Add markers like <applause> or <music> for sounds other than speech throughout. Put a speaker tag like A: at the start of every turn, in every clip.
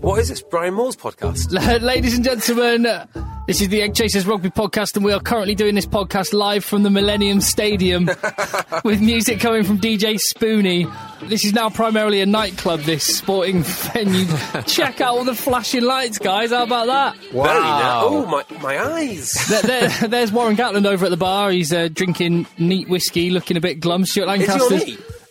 A: What is this? Brian Moore's podcast?
B: Ladies and gentlemen, this is the Egg Chasers Rugby Podcast, and we are currently doing this podcast live from the
A: <laughs>
B: Millennium Stadium with music coming from DJ Spoony. This is now primarily a nightclub, this sporting <laughs> venue. Check out all the flashing lights, guys. How about that?
A: Very now. Oh, my, my eyes.
B: There, there- there's Warren Gatland over at the bar. He's uh, drinking neat whiskey, looking a bit glum. Stuart
A: Is he
B: Lancaster.
A: on me?
B: <laughs>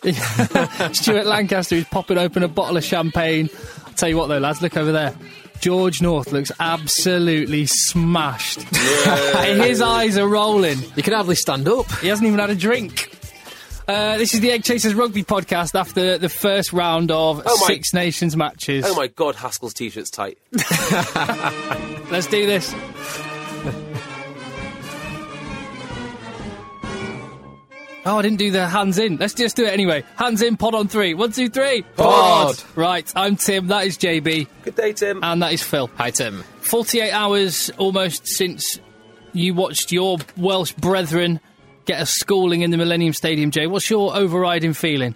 B: Stuart Lancaster is popping open a bottle of champagne. I'll tell you what, though, lads, look over there. George North looks absolutely smashed. <laughs> His eyes are rolling.
C: You can hardly stand up.
B: He hasn't even had a drink. Uh, this is the Egg Chasers Rugby podcast after the first round of
A: Oh my-
B: Six Nations matches.
A: Oh my god, Haskell's t shirt's tight.
B: Let's do this. Oh, I didn't do the hands in. Let's just do it anyway. Hands in, pod on three. One, two, three.
A: Pod.
B: Right, I'm Tim, that is JB,
A: Good day, Tim.
B: and that is Phil.
C: Hi, Tim.
B: 48 hours almost since you watched your Welsh brethren get a schooling in the Millennium Stadium, Jay. What's your
A: <laughs>
B: overriding feeling?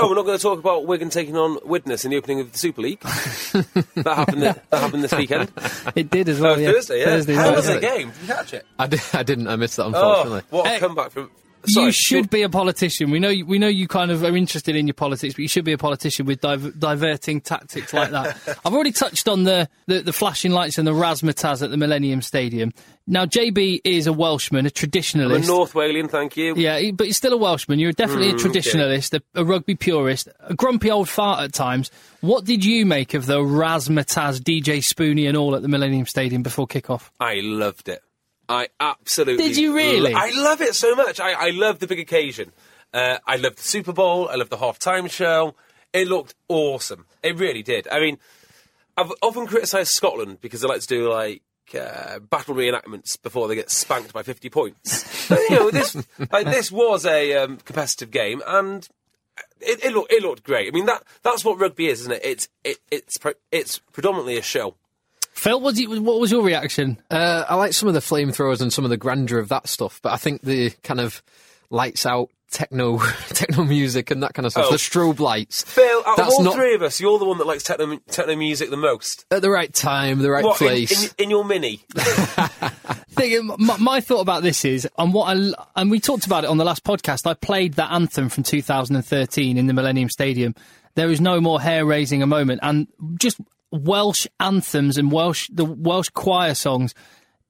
A: oh, we're not going to talk about Wigan taking on Widnes in the opening of the Super League. that happened. That happened this weekend.
B: It did as
A: Oh,
B: well.
A: Thursday. Yeah. How
C: night,
A: was the
C: yeah.
A: game? Did you catch it?
C: I, di- <laughs> I didn't. I missed
A: Oh,
C: that, unfortunately.
A: what a
B: Hey,
A: comeback from. Sorry,
B: you should be a politician. We know we know you kind of are interested in your politics, but you should be a politician with diver- diverting tactics like that.
A: <laughs>
B: I've already touched on the, the the flashing lights and the razzmatazz at the Millennium Stadium. Now, JB is a Welshman,
A: I'm
B: a
A: a Mm,
B: traditionalist.
A: North Walian, thank you.
B: yeah, he- but you're still a Welshman. You're definitely a traditionalist, a, a rugby purist, a grumpy old fart at times. What did you make of the razzmatazz, DJ Spoony, and all at the Millennium Stadium before kickoff?
A: I loved it. I absolutely
B: Did you really?
A: I love it so much. I, I love the big occasion. Uh, I love the Super Bowl. I love the halftime show. It looked awesome. It really did. I mean, I've often criticised Scotland because they like to do like uh, battle reenactments before they get spanked by fifty points. but, you know, this <laughs> like, this was a um, competitive game, and it, it looked it looked great. I mean that that's what rugby is, isn't it? It's it, it's pre- it's predominantly a show.
B: Phil, what, did you, what was your reaction?
C: Uh, I like some of the flamethrowers and some of the grandeur of that stuff, but I think the kind of lights out techno <laughs> techno music and that kind of stuff,
A: Oh.
C: the strobe lights.
A: Phil, out
C: that's
A: of all
C: not
A: three of us, you're the one that likes techno, techno music the most.
C: at the right time, the right
A: What, in,
C: place.
A: in, in your mini?
B: thing, my, my thought about this is, and what I l- and we talked about it on the last podcast. I played that anthem from 2013 in the Millennium Stadium. There is no more hair raising a moment, and just Welsh anthems and Welsh the Welsh choir songs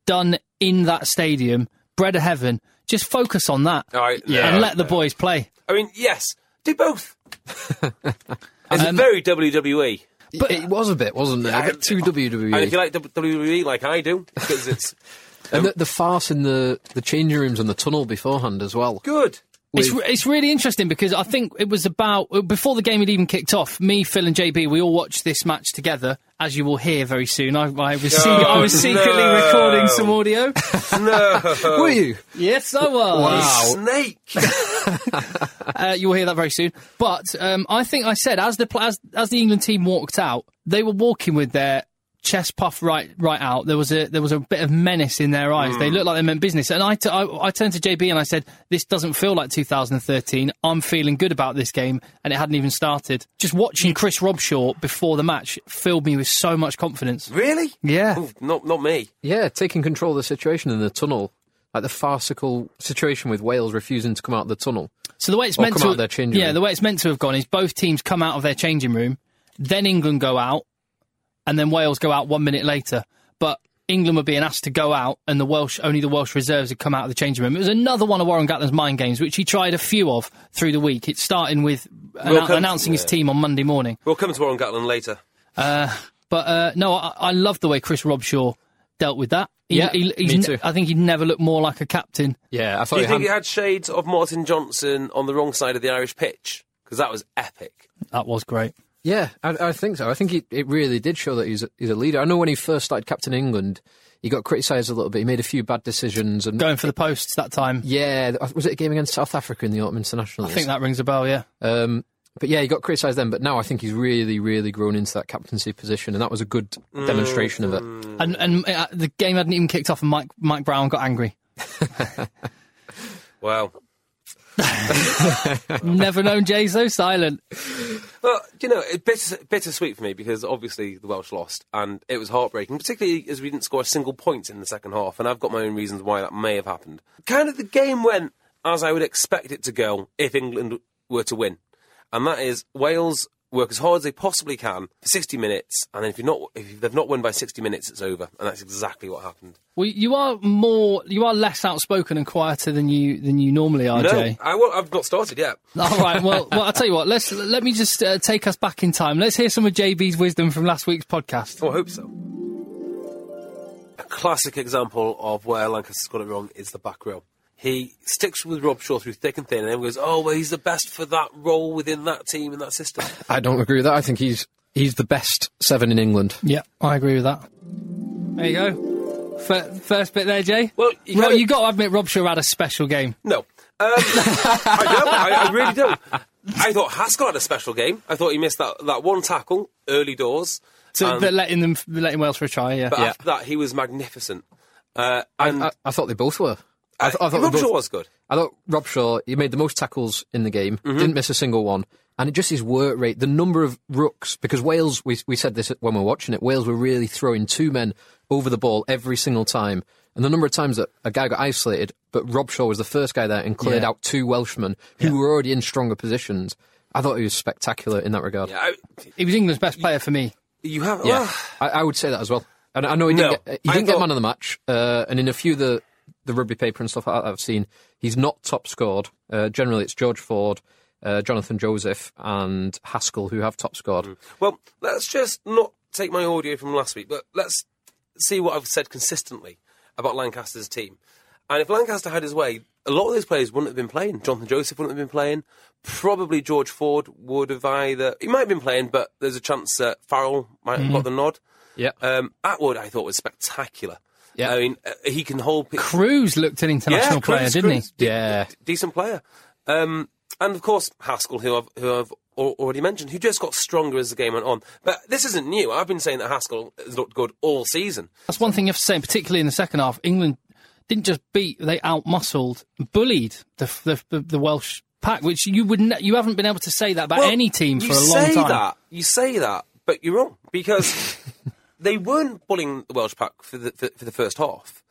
B: done in that stadium, bread of heaven. Just focus on that,
A: Alright,
B: and
A: no,
B: let the boys play.
A: I mean, yes, do
C: <laughs>
A: both. it's
C: Um,
A: very E.
C: E.
A: WWE.
C: but it was a bit, wasn't it? A bit too
A: And if you
C: WWE.
A: like WWE E like I do, because
C: <laughs>
A: it's
C: And the, the farce in the, the changing rooms and the tunnel beforehand as well.
A: good.
B: It's, re- it's really interesting because I think it was about before the game had even kicked off. Me, Phil, and JB, we all watched this match together, as you will hear very soon. I, I was se- I was secretly
A: no.
B: recording some
A: <laughs>
B: audio.
C: <laughs>
A: No.
C: Were you?
B: yes, I was.
A: Snake.
B: Uh, you will hear that very soon. But um, I think I said as the pl- as, as the England team walked out, they were walking with their chest puff right right out. There was a there was a bit of menace in their eyes. They looked like they meant business. And I, t- I I turned to JB and I said, "This doesn't feel like 2013. I'm feeling good about this game, and it hadn't even started. Just watching Chris Robshaw before the match filled me with so much confidence.
A: really?
B: Yeah,
A: Ooh, not not me.
C: Yeah, taking control of the situation in the tunnel, like the farcical situation with Wales refusing to come out of the tunnel.
B: So the way it's
C: Or
B: meant
C: come
B: to
C: out of their changing
B: yeah,
C: room.
B: the way it's meant to have gone is both teams come out of their changing room, then England go out, and then Wales go out one minute later. But England were being asked to go out, and the Welsh only the Welsh reserves had come out of the changing room. It was another one of Warren Gatlin's mind games, which he tried a few of through the week. It's starting with annou-
A: We'll come-
B: announcing his
A: yeah.
B: team on Monday morning.
A: We'll come to Warren Gatland later.
B: But uh, no, I, I love the way Chris Robshaw dealt with that. He-
C: Yeah,
B: he- he's
C: me
B: ne-
C: too.
B: I think he'd never looked more like a captain.
C: Yeah, I thought
A: Do you
C: he
A: think he
C: had-
A: had shades of Martin Johnson on the wrong side of the Irish pitch? Because that was epic.
B: That was great.
C: Yeah, I, I think so. I think it, it really did show that he's a, he's a leader. I know when he first started captain England, he got criticised a little bit. He made a few bad decisions and
B: Going for the posts that time.
C: yeah, th- was it a game against South Africa in the autumn internationals?
B: I think that rings a bell, yeah.
C: Um, but yeah, he got criticised then. But now I think he's really, really grown into that captaincy position, and that was a good demonstration of it.
B: And and uh, the game hadn't even kicked off, and Mike Mike Brown got angry.
A: Wow.
B: Never known Jay so silent.
A: Well, you know, it's bitter, bittersweet for me because obviously the Welsh lost and it was heartbreaking, particularly as we didn't score a single point in the second half. And I've got my own reasons why that may have happened. Kind of the game went as I would expect it to go if England were to win. And that is Wales work as hard as they possibly can for 60 minutes. And then if, you're not, if they've not won by 60 minutes, it's over. And that's exactly what happened.
B: Well, you are more, you are less outspoken and quieter than you than you normally are,
A: No,
B: Jay.
A: I won't, I've not started yet.
B: All right. Well, well, I'll tell you what. Let's let me just uh, take us back in time. Let's hear some of JB's wisdom from last week's podcast.
A: Oh, I hope so. A classic example of where Lancaster's got it wrong is the back row. He sticks with Robshaw through thick and thin, and then goes, "Oh, well, he's the best for that role within that team and that system." <laughs>
C: I don't agree with that. I think he's he's the best seven in England.
B: Yeah, I agree with that. There you go. Fir- first bit there, Jay.
A: Well, you
B: Rob,
A: gotta-
B: you got to admit, Robshaw had a special game.
A: no, um, I don't. I, I really don't. I thought Haskell had a special game. I thought he missed that, that one tackle early doors,
B: So
A: Um,
B: they're letting them, they're letting Wales for a try. Yeah.
A: but after that, he was magnificent. Uh, and
C: I, I thought they both were. I, th- I thought they
A: Robshaw
C: both-
A: was good.
C: I thought Rob Shaw, he made the most tackles in the game, didn't miss a single one. And it just his work rate, the number of rooks, because Wales, we, we said this when we were watching it, Wales were really throwing two men over the ball every single time. And the number of times that a guy got isolated, but Robshaw was the first guy there and cleared
B: Yeah.
C: out two Welshmen who were already in stronger positions. I thought he was spectacular in that regard.
A: Yeah, I,
B: He was England's best player for me.
A: you have. ah, well,
C: I, I would say that as well. And I know he didn't
A: No,
C: get, he
A: I
C: didn't get
A: thought-
C: man of the match, uh, and in a few of the, the rugby paper and stuff like that I've seen, he's not top scored. Uh, generally, it's George Ford, uh, Jonathan Joseph, and Haskell who have top scored.
A: Well, let's just not take my audio from last week, but let's see what I've said consistently about Lancaster's team. And if Lancaster had his way, a lot of those players wouldn't have been playing. Jonathan Joseph wouldn't have been playing. Probably George Ford would have either. He might have been playing, but there's a chance that Farrell might have got the nod.
C: Yeah,
A: Um, Atwood, I thought, was spectacular.
C: Yeah.
A: I mean, uh, he can hold. pe-
B: Cruz looked an international
A: Yeah,
B: player,
A: Cruz-
B: didn't he?
A: Cruz.
C: yeah,
B: Uh,
A: decent player. Um, and of course, Haskell, who I've, who I've al- already mentioned, who just got stronger as the game went on. But this isn't new. I've been saying that Haskell has looked good all season.
B: That's one thing you have to say, particularly in the second half. England didn't just beat; they outmuscled, bullied the the, the, the Welsh pack, which you would ne- you haven't been able to say that about
A: Well,
B: any team
A: you
B: for a long
A: say
B: time.
A: That, you say that, but you're wrong
B: <laughs>
A: because they weren't bullying the Welsh pack for the, for, for the first half.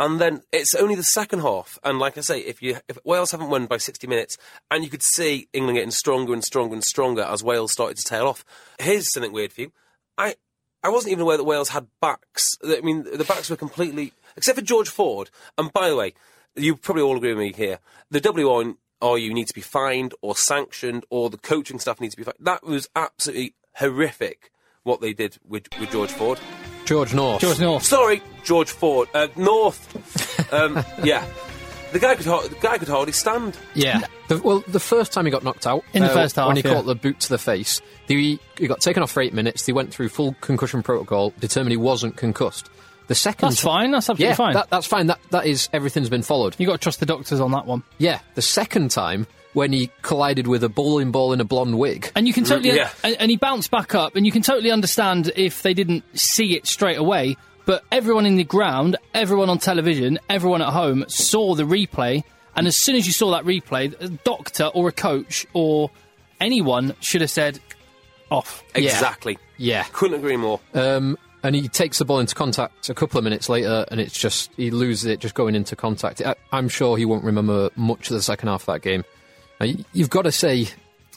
A: And then it's only the second half, and like I say, if you if Wales haven't won by sixty minutes, and you could see England getting stronger and stronger and stronger as Wales started to tail off. Here's something weird for you. I I wasn't even aware that Wales had backs. I mean, the backs were completely except for George Ford. And by the way, you probably all agree with me here. The WRU need to be fined or sanctioned, or the coaching staff needs to be fined. That was absolutely horrific what they did with with George Ford.
C: George North.
B: George North.
A: Sorry, George Ford. Uh,
B: <laughs>
A: North. Um, yeah. The guy could har- the guy could hardly stand.
C: Yeah. The, well, the first time he got knocked out uh,
B: In the first half,
C: when he
B: yeah.
C: caught the boot to the face, the, he got taken off for eight minutes. They went through full concussion protocol, determined he wasn't concussed. The second,
B: That's fine. That's absolutely
C: yeah,
B: fine.
C: That, that's fine. That that is everything's been followed.
B: you got to trust the doctors on that one.
C: Yeah, the second time when he collided with a bowling ball in a blonde wig.
B: And you can totally,
A: yeah.
B: and, and he bounced back up, and you can totally understand if they didn't see it straight away. But everyone in the ground, everyone on television, everyone at home saw the replay. And as soon as you saw that replay, a doctor or a coach or anyone should have said, off.
A: Exactly.
C: Yeah.
A: Couldn't agree more.
C: Um, and he takes the ball into contact a couple of minutes later, and it's just he loses it just going into contact. I, I'm sure he won't remember much of the second half of that game. Now, y- you've got to say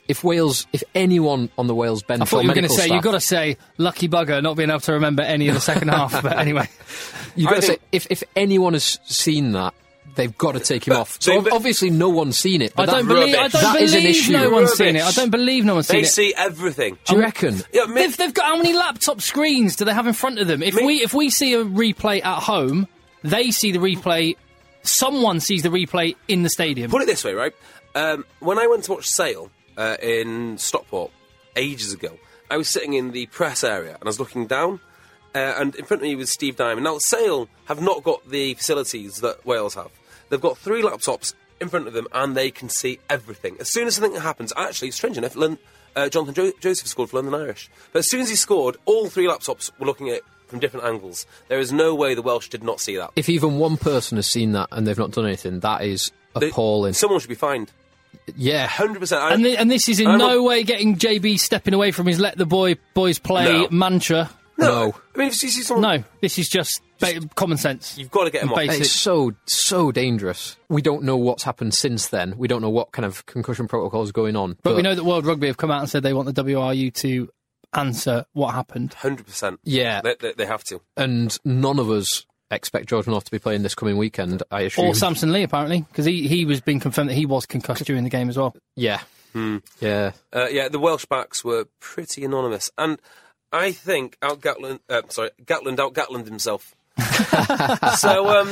C: if Wales, if anyone on the Wales bench,
B: I thought
C: or
B: you were going to
C: medical
B: say
C: staff,
B: you've got to say lucky bugger not being able to remember any of the second half. But
C: <laughs>
B: anyway,
C: You've got
A: I
C: to
A: think-
C: say, if, if anyone has seen that, they've got to take him off. So
A: they- but-
C: obviously, no one's seen it.
B: I
C: But
B: don't
C: that,
B: believe I
A: rubbish.
B: don't
C: That is an
B: believe
C: issue.
B: no one's seen it. I
A: Rubbish.
B: don't believe no one's
A: They
B: seen
A: see
B: it.
A: everything.
C: Do you reckon?
A: Yeah, me-
B: They've, they've got how many laptop screens do they have in front of them? If
A: Me-
B: we if we see a replay at home, they see the replay. Someone sees the replay in the stadium.
A: Put it this way, right? Um, when I went to watch Sale uh, in Stockport ages ago, I was sitting in the press area and I was looking down, uh, and in front of me was Steve Diamond. Now, Sale have not got the facilities that Wales have. They've got three laptops in front of them and they can see everything. As soon as something happens, actually, strange enough, Lon- uh, Jonathan jo- Joseph scored for London Irish. But as soon as he scored, all three laptops were looking at it from different angles. There is no way the Welsh did not see that.
C: if even one person has seen that and they've not done anything, that is
A: They-
C: appalling.
A: Someone should be fined.
C: yeah,
A: 100%. I-
B: And, thi- and this is in
A: I'm
B: no
A: not-
B: way getting JB stepping away from his let the boy boys play
A: No.
B: mantra.
C: no.
A: I mean, if you see someone.
B: No, this is just, ba- common sense.
A: You've got to get him off.
B: Basic.
C: It's so so dangerous. We don't know what's happened since then. We don't know what kind of concussion protocols are going on.
B: But we know that World Rugby have come out and said they want the WRU to answer what happened.
A: Hundred percent.
C: Yeah.
A: they, they, they have to.
C: and none of us expect George North to be playing this coming weekend. I assume.
B: Or Samson Lee, apparently, because he, he was being confirmed that he was concussed during the game as well.
C: Yeah, yeah.
A: Uh, yeah, the Welsh backs were pretty anonymous, and I think out Gatland, uh, sorry, Gatland out Gatland
C: <laughs>
A: himself. so um,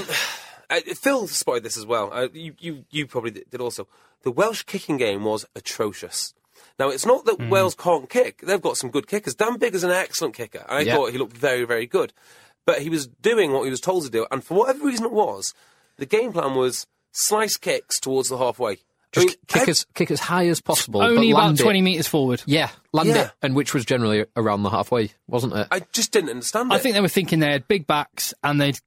A: I, Phil spotted this as well. Uh, you, you, you probably did did also. The Welsh kicking game was atrocious. Now it's not that
C: Hmm.
A: Wales can't kick; they've got some good kickers. Dan Bigg is an excellent kicker. I
C: Yeah.
A: thought he looked very, very good, but he was doing what he was told to do, and for whatever reason it was, the game plan was slice kicks towards the halfway. I
C: Just
A: mean,
C: kick
A: ev-
C: as kick as high as possible.
B: Only
C: but
B: about
C: land it.
B: 20 metres forward.
C: Yeah, land
A: Yeah.
C: it, and which was generally around the halfway, wasn't it?
A: I just didn't understand it.
B: I think they were thinking they had big backs and they'd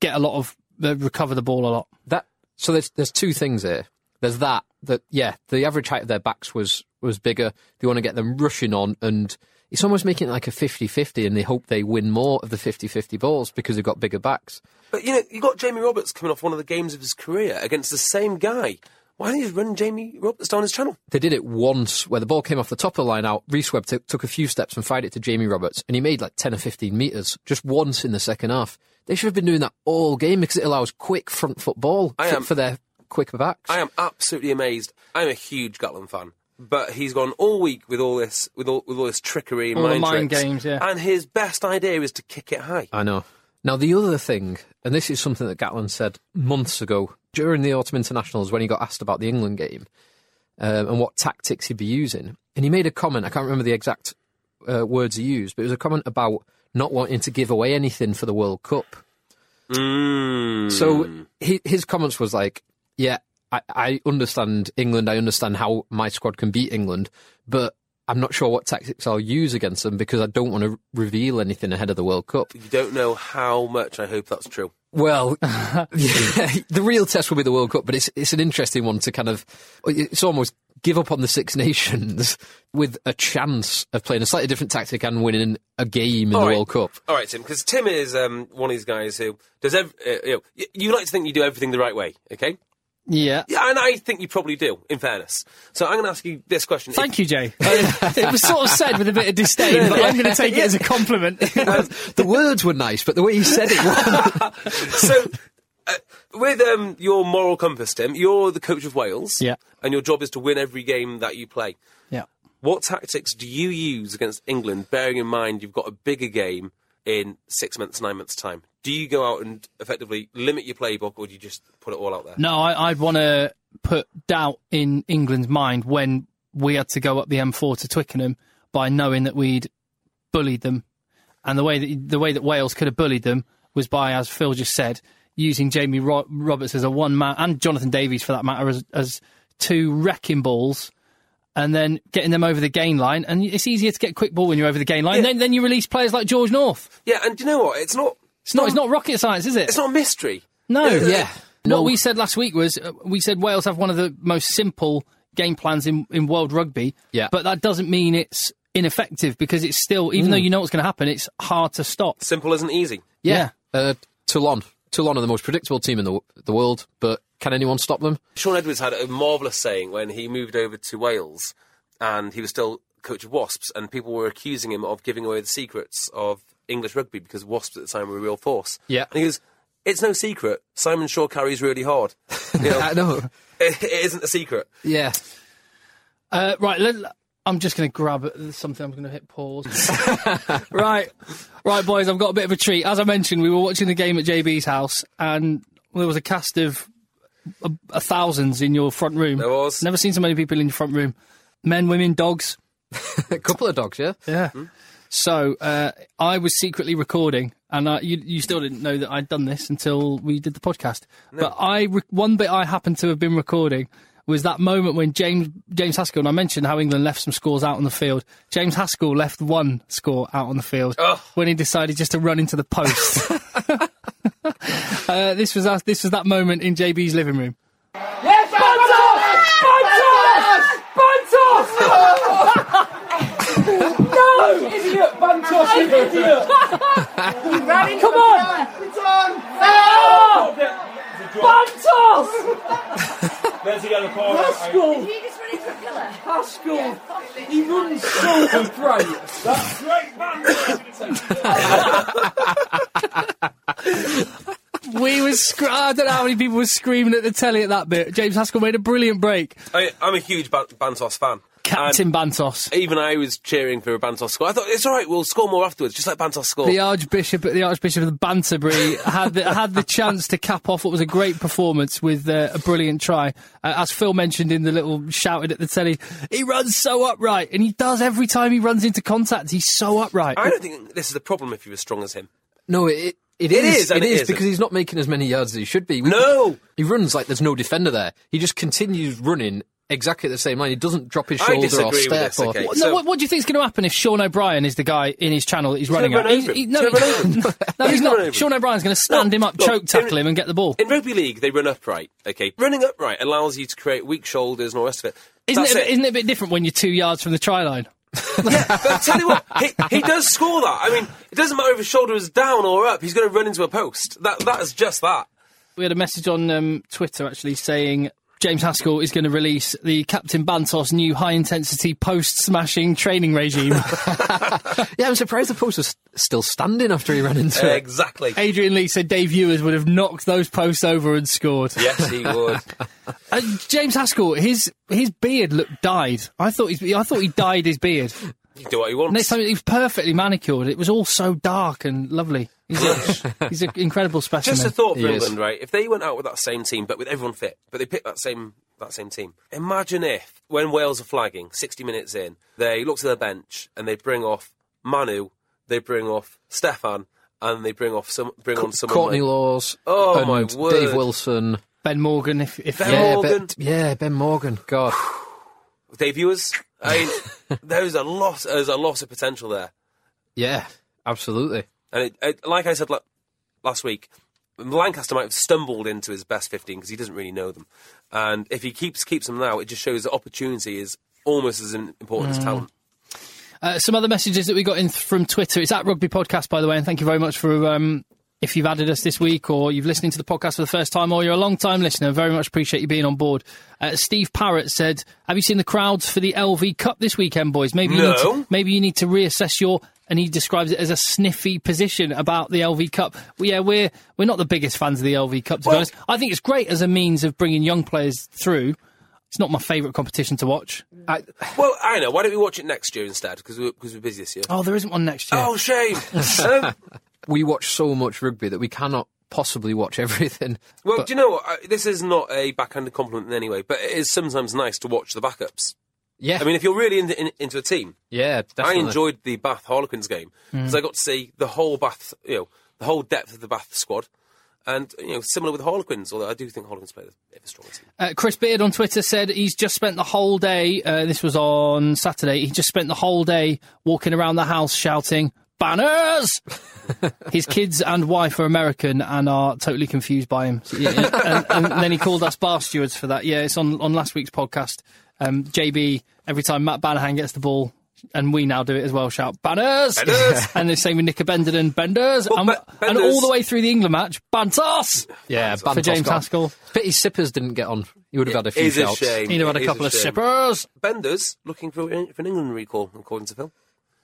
B: get a lot of, they'd recover the ball a lot.
C: that so there's there's two things here. There's that that yeah, the average height of their backs was was bigger. They want to get them rushing on and it's almost making it like a 50-50 and they hope they win more of the 50-50 balls because they've got bigger backs.
A: But you know, you got Jamie Roberts coming off one of the games of his career against the same guy. Why don't you just run Jamie Roberts down his channel?
C: They did it once where the ball came off the top of the line out. Reese Webb took took a few steps and fired it to Jamie Roberts and he made like 10 or 15 metres just once in the second half. They should have been doing that all game because it allows quick front football
A: I
C: for,
A: am-
C: for their quicker backs.
A: I am absolutely amazed. I'm a huge Gatland fan, but he's gone all week with all this, with all, with all this trickery and
B: All the
A: mind,
B: mind
A: tricks.
B: games, yeah.
A: And his best idea is to kick it high.
C: I know. Now, the other thing, and this is something that Gatlin said months ago during the autumn internationals when he got asked about the England game um, and what tactics he'd be using. And he made a comment, I can't remember the exact uh, words he used, but it was a comment about not wanting to give away anything for the World Cup.
A: Hmm.
C: So he, his comments was like, yeah, I, I understand England. I understand how my squad can beat England, but I'm not sure what tactics I'll use against them because I don't want to reveal anything ahead of the World Cup.
A: You don't know how much I hope that's true.
B: <laughs>
C: Well, <laughs> yeah, the real test will be the World Cup, but it's it's an interesting one to kind of it's almost give up on the Six Nations <laughs> with a chance of playing a slightly different tactic and winning a game in
A: All
C: the
A: right.
C: World Cup.
A: All right, Tim, because Tim is um, one of these guys who does. Ev- uh, you, know, y- you like to think you do everything the right way, okay?
B: Yeah.
A: Yeah, and I think you probably do. In fairness, so I'm going to ask you this question.
B: Thank you, Jay. <laughs> it was sort of said with a bit of <laughs> disdain, but I'm going to take it as a compliment.
C: The words were nice, but the way he said it, was,
A: so uh, with um, your moral compass, Tim, you're the coach of Wales,
B: Yeah.
A: and your job is to win every game that you play.
B: <laughs> yeah.
A: What tactics do you use against England, bearing in mind you've got a bigger game in six months, nine months' time? Do you go out and effectively limit your playbook, or do you just put it all out there?
B: No, I, I'd want to put doubt in England's mind when we had to go up the M4 to Twickenham by knowing that we'd bullied them, and the way that the way that Wales could have bullied them was by, as Phil just said, using Jamie Ro- Roberts as a one man and Jonathan Davies for that matter as as two wrecking balls. And then getting them over the gain line, and it's easier to get quick ball when you're over the gain line.
A: Yeah.
B: Then, then you release players like George North.
A: Yeah, and do you know what? It's not.
B: It's not, it's not rocket science, is it?
A: It's not a mystery.
B: No.
C: Yeah. No.
B: What we said last week was uh, we said Wales have one of the most simple game plans in, in world rugby.
C: Yeah.
B: But that doesn't mean it's ineffective because it's still, even though
C: Mm.
B: you know what's going to happen, it's hard to stop.
A: Simple isn't easy.
C: yeah, Uh, Toulon, Toulon are the most predictable team in the w- the world, but can anyone stop them?
A: Sean Edwards had a marvellous saying when he moved over to Wales. and he was still coach of Wasps, and people were accusing him of giving away the secrets of English rugby because Wasps at the time were a real force.
C: Yeah.
A: and he goes, "It's no secret. Simon Shaw carries really
B: <laughs>
A: hard. You know,
C: I know.
A: it, it isn't a secret.
C: Yeah.
B: Uh, right, let, I'm just going to grab something. I'm going to hit
C: <laughs>
B: pause. right, right, boys. I've got a bit of a treat. As I mentioned, we were watching the game at JB's house, and there was a cast of a, a thousands in your front room.
A: There was.
B: Never seen so many people in your front room. Men, women, dogs.
C: <laughs> A couple of dogs, yeah?
B: Yeah. So uh, I was secretly recording, and I, you, you still didn't know that I'd done this until we did the podcast. But I, re- one bit I happened to have been recording was that moment when James James Haskell and I mentioned how England left some scores out on the field. James Haskell left one score out on the field when he decided just to run into the post. <laughs> uh, this was us, this was that moment in JB's living room.
D: Come on! It's on! No! Bantos!
A: There's a yellow card.
D: Haskell!
E: He just running for a pillar.
D: Haskell! He runs so great!
A: Great man.
B: We was scr- I don't know how many people were screaming at the telly at that bit. James Haskell made a brilliant break.
A: I, I'm a huge Ban- Bantos fan.
B: Captain Bantos.
A: And even I was cheering for a Bantos score. I thought it's all right. We'll score more afterwards, just like Bantos score.
B: The Archbishop, the Archbishop of the Banterbury, <laughs> had the, had the chance to cap off what was a great performance with uh, a brilliant try. Uh, as Phil mentioned in the little shouted at the telly, he runs so upright, and he does every time he runs into contact. He's so upright.
A: I don't think this is a problem if you're as strong as him.
C: No, it, it
A: It
C: is.
A: is, and it isn't.
C: because he's not making as many yards as he should be. We-
A: No.
C: He runs like there's no defender there. He just continues running exactly the same line. He doesn't drop his
A: I
C: shoulder
A: disagree
C: or
A: with
C: step
A: this,
C: or.
A: okay.
B: What-
A: So-
B: no, what, what do you think is going to happen if Sean O'Brien is the guy in his channel that he's running
A: run
B: at? He's-
A: over him.
B: he- no,
A: He's gonna run
B: he-
A: over him.
B: <laughs> no,
A: He's gonna
B: he's
A: run
B: not.
A: over
B: Sean
A: him.
B: O'Brien's going to stand
A: Look,
B: him up,
A: look,
B: choke tackle
A: in-
B: him, and get the ball.
A: In rugby league, they run upright. Okay, running upright allows you to create weak shoulders and all the rest of it.
B: Isn't
A: That's
B: it, isn't it a bit different when you're two yards from the try line?
A: but I tell you what, he, he does score that. I mean, it doesn't matter if his shoulder is down or up. He's going to run into a post. That that is just that.
B: We had a message on um, Twitter actually saying James Haskell is going to release the Captain Bantos new high intensity post smashing training
A: <laughs>
B: regime.
C: Yeah, I'm surprised the post was s- still standing after he ran into it.
A: Exactly.
B: Adrian Lee said Dave Ewers would have knocked those posts over and scored.
A: Yes, he would.
B: Uh, James Haskell, his his beard looked dyed. I thought he's, I thought he dyed his beard.
A: He can do what he wants.
B: Next time he was perfectly manicured. It was all so dark and lovely. He's, a, he's an
A: <laughs>
B: incredible specimen.
A: Just a thought for
C: He is.
A: England, right? If they went out with that same team, but with everyone fit, but they picked that same that same team. Imagine if, when Wales are flagging, sixty minutes in, they look to their bench and they bring off Manu, they bring off Stefan, and they bring off some bring on someone.
C: Courtney
A: like-
C: Laws.
A: Oh,
C: and
A: my
C: Dave
A: word.
C: Wilson.
B: ben Morgan, if if
A: Ben
C: Yeah,
A: Morgan.
C: Ben, yeah, Ben Morgan. God.
A: Dave Ewers. I mean, there's a lot. There's a lot of potential there.
C: Yeah, absolutely.
A: And it, it, like I said la- last week, Lancaster might have stumbled into his best 15 because he doesn't really know them. And if he keeps keeps them now, it just shows that opportunity is almost as im- important as talent.
B: Uh, some other messages that we got in th- from Twitter. It's at Rugby Podcast, by the way, and thank you very much for um, if you've added us this week or you've listening to the podcast for the first time or you're a long time listener. Very much appreciate you being on board. Uh, Steve Parrott said, "Have you seen the crowds for the LV Cup this weekend, boys? Maybe you need
A: No.
B: to, maybe you need to reassess your." And he describes it as a sniffy position about the LV Cup. Well, yeah, we're we're not the biggest fans of the LV Cup, to be honest. I think it's great as a means of bringing young players through. It's not my favourite competition to watch.
C: I,
A: Well, I know. Why don't we watch it next year instead? Because we're, 'cause we're busy this year.
B: Oh, there isn't one next year.
A: Oh,
B: <laughs>
A: shame. um,
C: we watch so much rugby that we cannot possibly watch <laughs> everything.
A: well,
C: But-
A: do you know what? I, this is not a backhanded compliment in any way, but it is sometimes nice to watch the backups.
C: yeah,
A: I mean, if you're really into, in, into a team,
C: yeah, definitely.
A: I enjoyed the Bath Harlequins game
B: Hmm.
A: because I got to see the whole Bath, you know, the whole depth of the Bath squad. And you know, similar with Harlequins, although I do think Harlequins played a bit of a strong team.
B: Uh, Chris Beard on Twitter said he's just spent the whole day. Uh, this was on Saturday. He just spent the whole day walking around the house shouting banners. <laughs> His kids and wife are American and are totally confused
A: <laughs>
B: by him. So, yeah, and, and then he called us bar stewards for that. Yeah, it's on on last week's podcast. Um, JB every time Matt Banahan gets the ball. and we now do it as well. Shout Banners,
A: Banners!
B: <laughs> and the same with Nick Bendon, Benders,
A: Well,
B: and,
A: Be-
B: and
A: Benders.
B: all the way through the England match, Bantos
C: Yeah,
B: for James Haskell.
C: Pity Sippers didn't get on. He would have had a few
A: Is a
C: shouts.
A: shame.
B: He'd have had
A: It
B: a
A: is
B: couple of
A: shame.
B: sippers.
A: Benders looking for, for an England recall, according to Phil.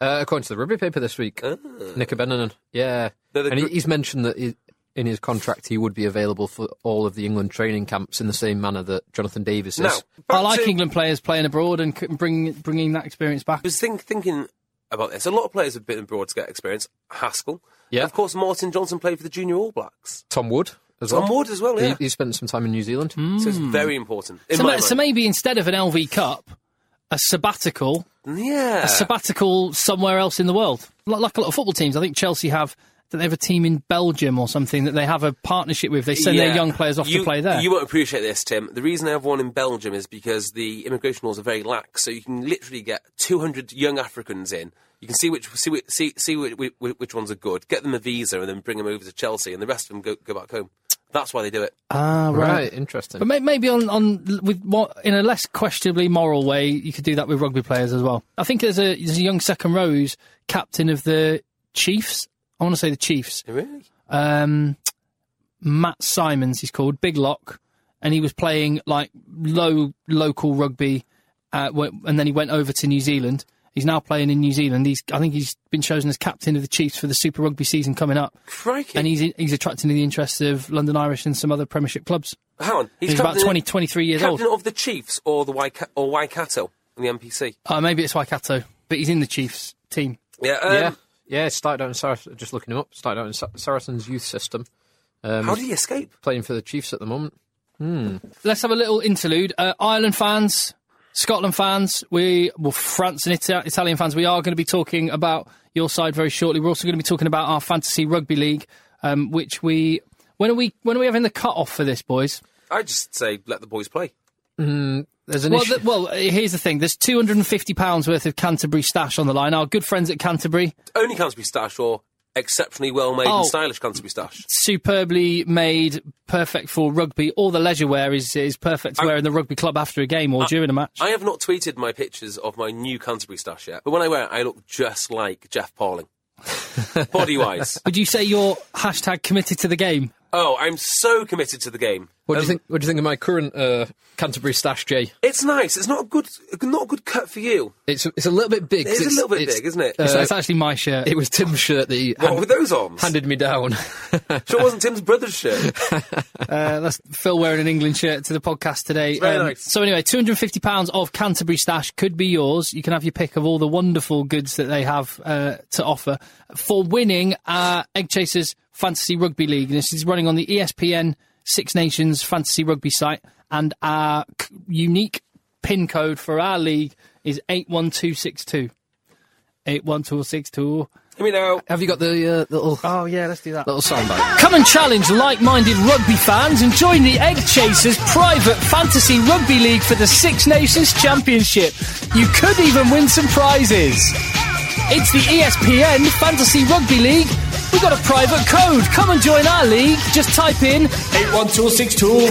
C: Uh, according to the rugby paper this week, Nick Benanen. Yeah,
A: Ah. They're the
C: and he,
A: gr-
C: he's mentioned that he, in his contract he would be available for all of the England training camps in the same manner that Jonathan Davis is.
A: Now,
B: I
A: back
B: like
A: to-
B: England players playing abroad and c- bringing bringing that experience back.
A: I was think, thinking about this. A lot of players have been abroad to get experience. Haskell.
C: Yeah.
A: Of course, Martin Johnson played for the Junior All Blacks.
C: Tom Wood as well.
A: Tom Wood as well, yeah.
C: He, he spent some time in New Zealand.
A: So it's very important. In
B: Hmm. So,
A: my
B: ma- so
A: mind.
B: maybe instead of an LV Cup, a sabbatical,
A: yeah.
B: a sabbatical somewhere else in the world, like, like a lot of football teams. I think Chelsea have. They have a team in Belgium or something that they have a partnership with. They send
A: Yeah.
B: their young players off
A: You-
B: to play there.
A: You won't appreciate this, Tim. The reason I have one in Belgium is because the immigration laws are very lax, so you can literally get 200 young Africans in. You can see which see which, see see which, which, which ones are good, get them a visa, and then bring them over to Chelsea, and the rest of them go, go back home. That's why they do it.
B: ah,
C: right.
B: right.
C: interesting.
B: But may- maybe on on with more, in a less questionably moral way, you could do that with rugby players as well. I think there's a there's a young second rows captain of the Chiefs. I want to say the Chiefs.
A: Really?
B: Um, Matt Simons, he's called Big Lock, and he was playing like low local rugby, uh, wh- and then he went over to New Zealand. He's now playing in New Zealand. He's I think he's been chosen as captain of the Chiefs for the Super Rugby season coming up,
A: Crikey!
B: and he's he's attracting the interest of London Irish and some other Premiership clubs.
A: Hang on,
B: He's, about
A: captain-
B: 20, 23 years old.
A: captain of the Chiefs or the Waika- or Waikato in the NPC.
B: Uh, maybe it's Waikato, but he's in the Chiefs team.
A: Yeah, um,
C: yeah, yeah. it Started out in Sarac- just looking him up. Started out in Sa- Saracen's youth system,
A: How did he escape?
C: playing for the Chiefs at the moment.
B: Let's have a little interlude. Uh, Ireland fans, Scotland fans, we well France and Ita- Italian fans. We are going to be talking about your side very shortly. We're also going to be talking about our fantasy rugby league, um, which we when are we when are we having the cut off for this, boys?
A: I just say let the boys play.
C: There's an
B: Well,
C: issue.
B: th- well, uh, here's the thing. There's 250 pounds worth of Canterbury stash on the line. Our good friends at Canterbury,
A: Only Canterbury Stash or exceptionally well made
B: Oh.
A: and stylish Canterbury Stash.
B: superbly made, perfect for rugby. All the leisure wear is is perfect to wear in the rugby club after a game or during a match.
A: I have not tweeted my pictures of my new Canterbury stash yet, but when I wear it, I look just like Jeff Parling.
B: <laughs>
A: Body wise.
B: Would you say you're hashtag committed to the game?
A: Oh, I'm so committed to the game.
C: what do you
A: Um,
C: think? What do you think of my current uh, Canterbury stash, Jay?
A: It's nice. It's not a good, not a good cut for you.
C: It's it's a little bit big.
A: It is
C: 'cause
A: a little bit big, isn't it?
B: So
C: Uh,
B: that's actually my shirt.
C: It was Tim's shirt that he
A: what
C: hand-
A: with those arms?
C: handed me down. <laughs>
A: Sure wasn't Tim's brother's shirt.
B: <laughs> Uh, that's Phil wearing an England shirt to the podcast today. Um,
A: very nice.
B: So anyway, two hundred and fifty pounds of Canterbury stash could be yours. You can have your pick of all the wonderful goods that they have uh, to offer for winning uh, Egg Chasers Fantasy Rugby League. This is running on the E ESPN Six Nations Fantasy Rugby site, and our c- unique pin code for our league is eight one two six two. Eight one two six two.
A: I mean, now
C: Have you got the uh, little
B: Oh yeah, let's do that.
C: little soundbite?
B: Come and challenge like minded rugby fans and join the Egg Chasers private fantasy rugby league for the Six Nations Championship. You could even win some prizes. It's the E ESPN Fantasy Rugby League. We've got a private code. Come and join our league. Just type in 81262.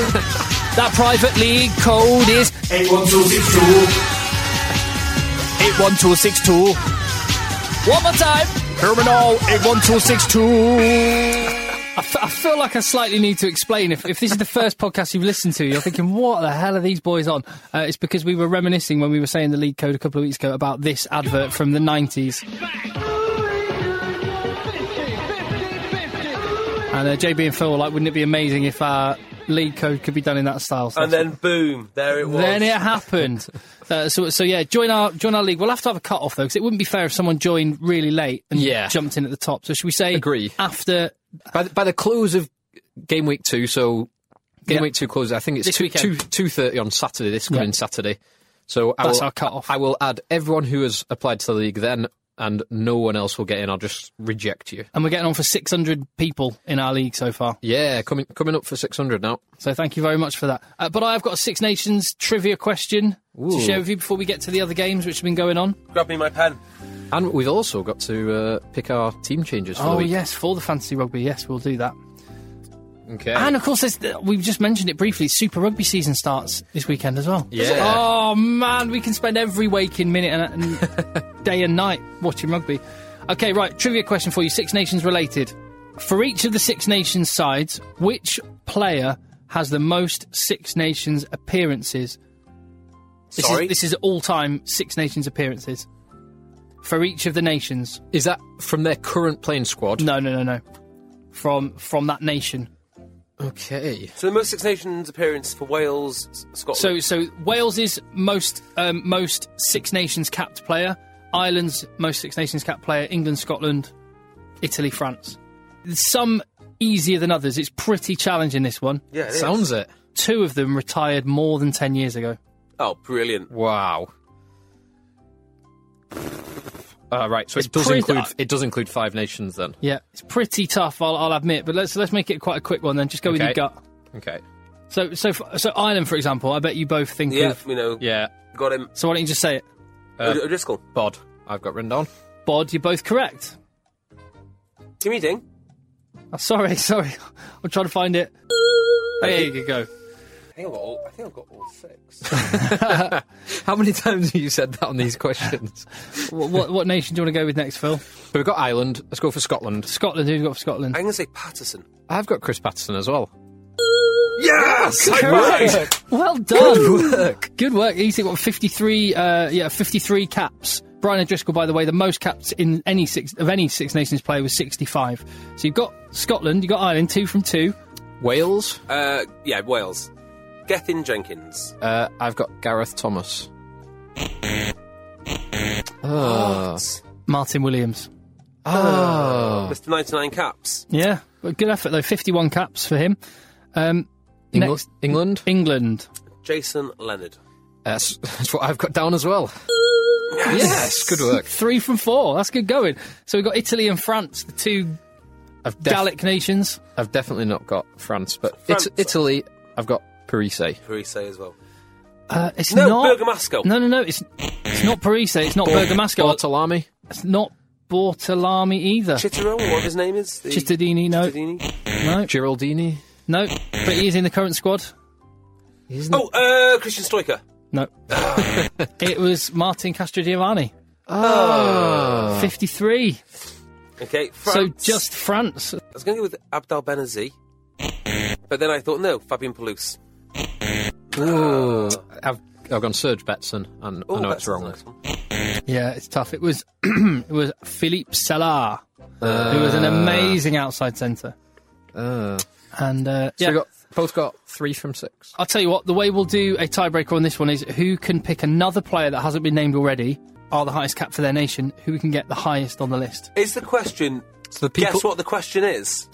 B: that private league code is 81262. 81262. One more time. Terminal 81262. I, f- I feel like I slightly need to explain. If, if this is the first podcast you've listened to, you're thinking, what the hell are these boys on? Uh, it's because we were reminiscing when we were saying the lead code a couple of weeks ago about this advert from the 90s. And uh, JB and Phil were like, wouldn't it be amazing if our lead code could be done in that style? So
A: and then boom, there it was.
B: then it happened.
A: <laughs>
B: Uh, so, so yeah, join our join our league. We'll have to have a cut off though, because it wouldn't be fair if someone joined really late and
C: Yeah.
B: jumped in at the top. So should we say
C: Agree.
B: after
C: by, the, by the close of game week two, so game
B: Yeah.
C: week two closes. I think it's
B: This
C: two
B: weekend.
C: two two thirty on Saturday. This coming
B: Yeah.
C: Saturday. So I
B: That's
C: will,
B: our cut-off.
C: I will add everyone who has applied to the league then, and no one else will get in. I'll just reject you.
B: and we're getting on for 600 people in our league so far.
C: Yeah, coming coming up for six hundred now.
B: So thank you very much for that. Uh, but I have got a Six Nations trivia question to
C: Ooh.
B: share with you before we get to the other games which have been going on.
A: Grab me my pen.
C: And we've also got to uh, pick our team changes for the
B: oh
C: week.
B: yes, for the fantasy rugby, yes, we'll do that.
C: Okay.
B: And of course, there's, we've just mentioned it briefly. Super Rugby season starts this weekend as well.
C: Yeah.
B: Oh man, we can spend every waking minute and, and day and night watching rugby. Okay, right. Trivia question for you: Six Nations related. For each of the Six Nations sides, which player has the most Six Nations appearances? This
A: Sorry?
B: is, this is all-time Six Nations appearances for each of the nations.
C: Is that from their current playing squad?
B: No, no, no, no. From from that nation.
C: Okay.
A: So the most Six Nations appearance for Wales, S-
B: So
A: Scotland.
B: so Wales's most um, most Six Nations capped player, Ireland's most Six Nations capped player, England, Scotland, Italy, France. Some easier than others. It's pretty challenging this one.
A: yeah, it is.
C: Sounds it.
B: Two of them retired more than ten years ago.
A: Oh, brilliant.
C: Wow. Uh, right, so
B: It's
C: it does
B: pretty-
C: include it does include Five Nations then.
B: Yeah, it's pretty tough. I'll, I'll admit, but let's let's make it quite a quick one then. Just go with your
C: Okay.
B: gut.
C: Okay.
B: So so f- so Ireland, for example, I bet you both think
A: Yeah,
B: of.
A: you know,
C: Yeah.
A: got him.
B: So why don't you just say it?
A: Uh, O'Driscoll.
C: Bod. I've got written down.
B: Bod, you're both correct.
A: Timmy Ding.
B: Oh, sorry, <laughs> sorry. I'm trying to find it. There you go.
A: I think I've got all, I think I've got all six.
C: <laughs> How many times have you said that on these questions?
B: What, what, what nation do you want to go with next, Phil?
C: <laughs> but we've got Ireland. Let's go for Scotland.
B: Scotland. Who've you got for Scotland?
A: <laughs> I'm going to say Patterson.
C: I've got Chris Patterson as well.
A: Yes! I
B: Correct. Well done. Good work. Good work. He's got 53. Uh, yeah, 53 caps. Brian O'Driscoll, by the way, the most caps in any six of any Six Nations player was 65. So you've got Scotland, you've got Ireland, two from two.
C: Wales.
A: <laughs> Uh, yeah, Wales. Gethin Jenkins.
B: Oh.
C: Uh, I've got Gareth Thomas. Oh.
B: Martin Williams.
C: Oh.
A: Mr. 99 Caps.
B: Yeah, but good effort though. 51 caps for him. Um,
C: Engl-
B: next,
C: England.
B: England.
A: Jason Leonard.
C: That's, <laughs> that's what I've got down as well. Yes, good work.
B: Three from four. That's good going. So we've got Italy and France, the two
C: I've, def-
B: Gallic nations.
C: I've definitely not got France, but
A: France.
C: It- Italy, I've got Parise.
A: Parise as well.
B: Uh, it's
A: No,
B: not.
A: Bergamasco.
B: No, no, no. It's it's not Parise. It's not Bergamasco.
C: Bartolami.
B: it's not Bortolami either.
A: Chitterell, whatever his name is. The-
B: Chittadini, no.
A: Chittadini.
B: No,
C: Giraldini.
B: no. But he is in the current squad.
C: He's
A: Oh, uh, Christian Stoiker.
C: <laughs>
B: No. it was Martin Castrogiovanni.
C: Oh.
B: 53.
A: Okay,
B: So
A: France.
B: just France.
A: I was going to go with Abdel Benazi, but then I thought, no, Fabian Palouse.
C: Ooh. I've, I've gone Serge Betson, and I know it's
A: Oh, that's
C: wrong.
A: nice one.
B: Yeah, it's tough. It was <clears throat> it was Philippe Salah, who was an
C: Ah.
B: amazing outside centre.
C: Uh,
B: And uh,
C: So
B: yeah.
C: we got both got three from six.
B: I'll tell you what, the way we'll do a tiebreaker on this one is who can pick another player that hasn't been named already, are the highest cap for their nation, who can get the highest on the
C: <laughs>
B: list.
A: Is the question.
C: the people-
A: Guess what the question
C: <laughs>
A: is?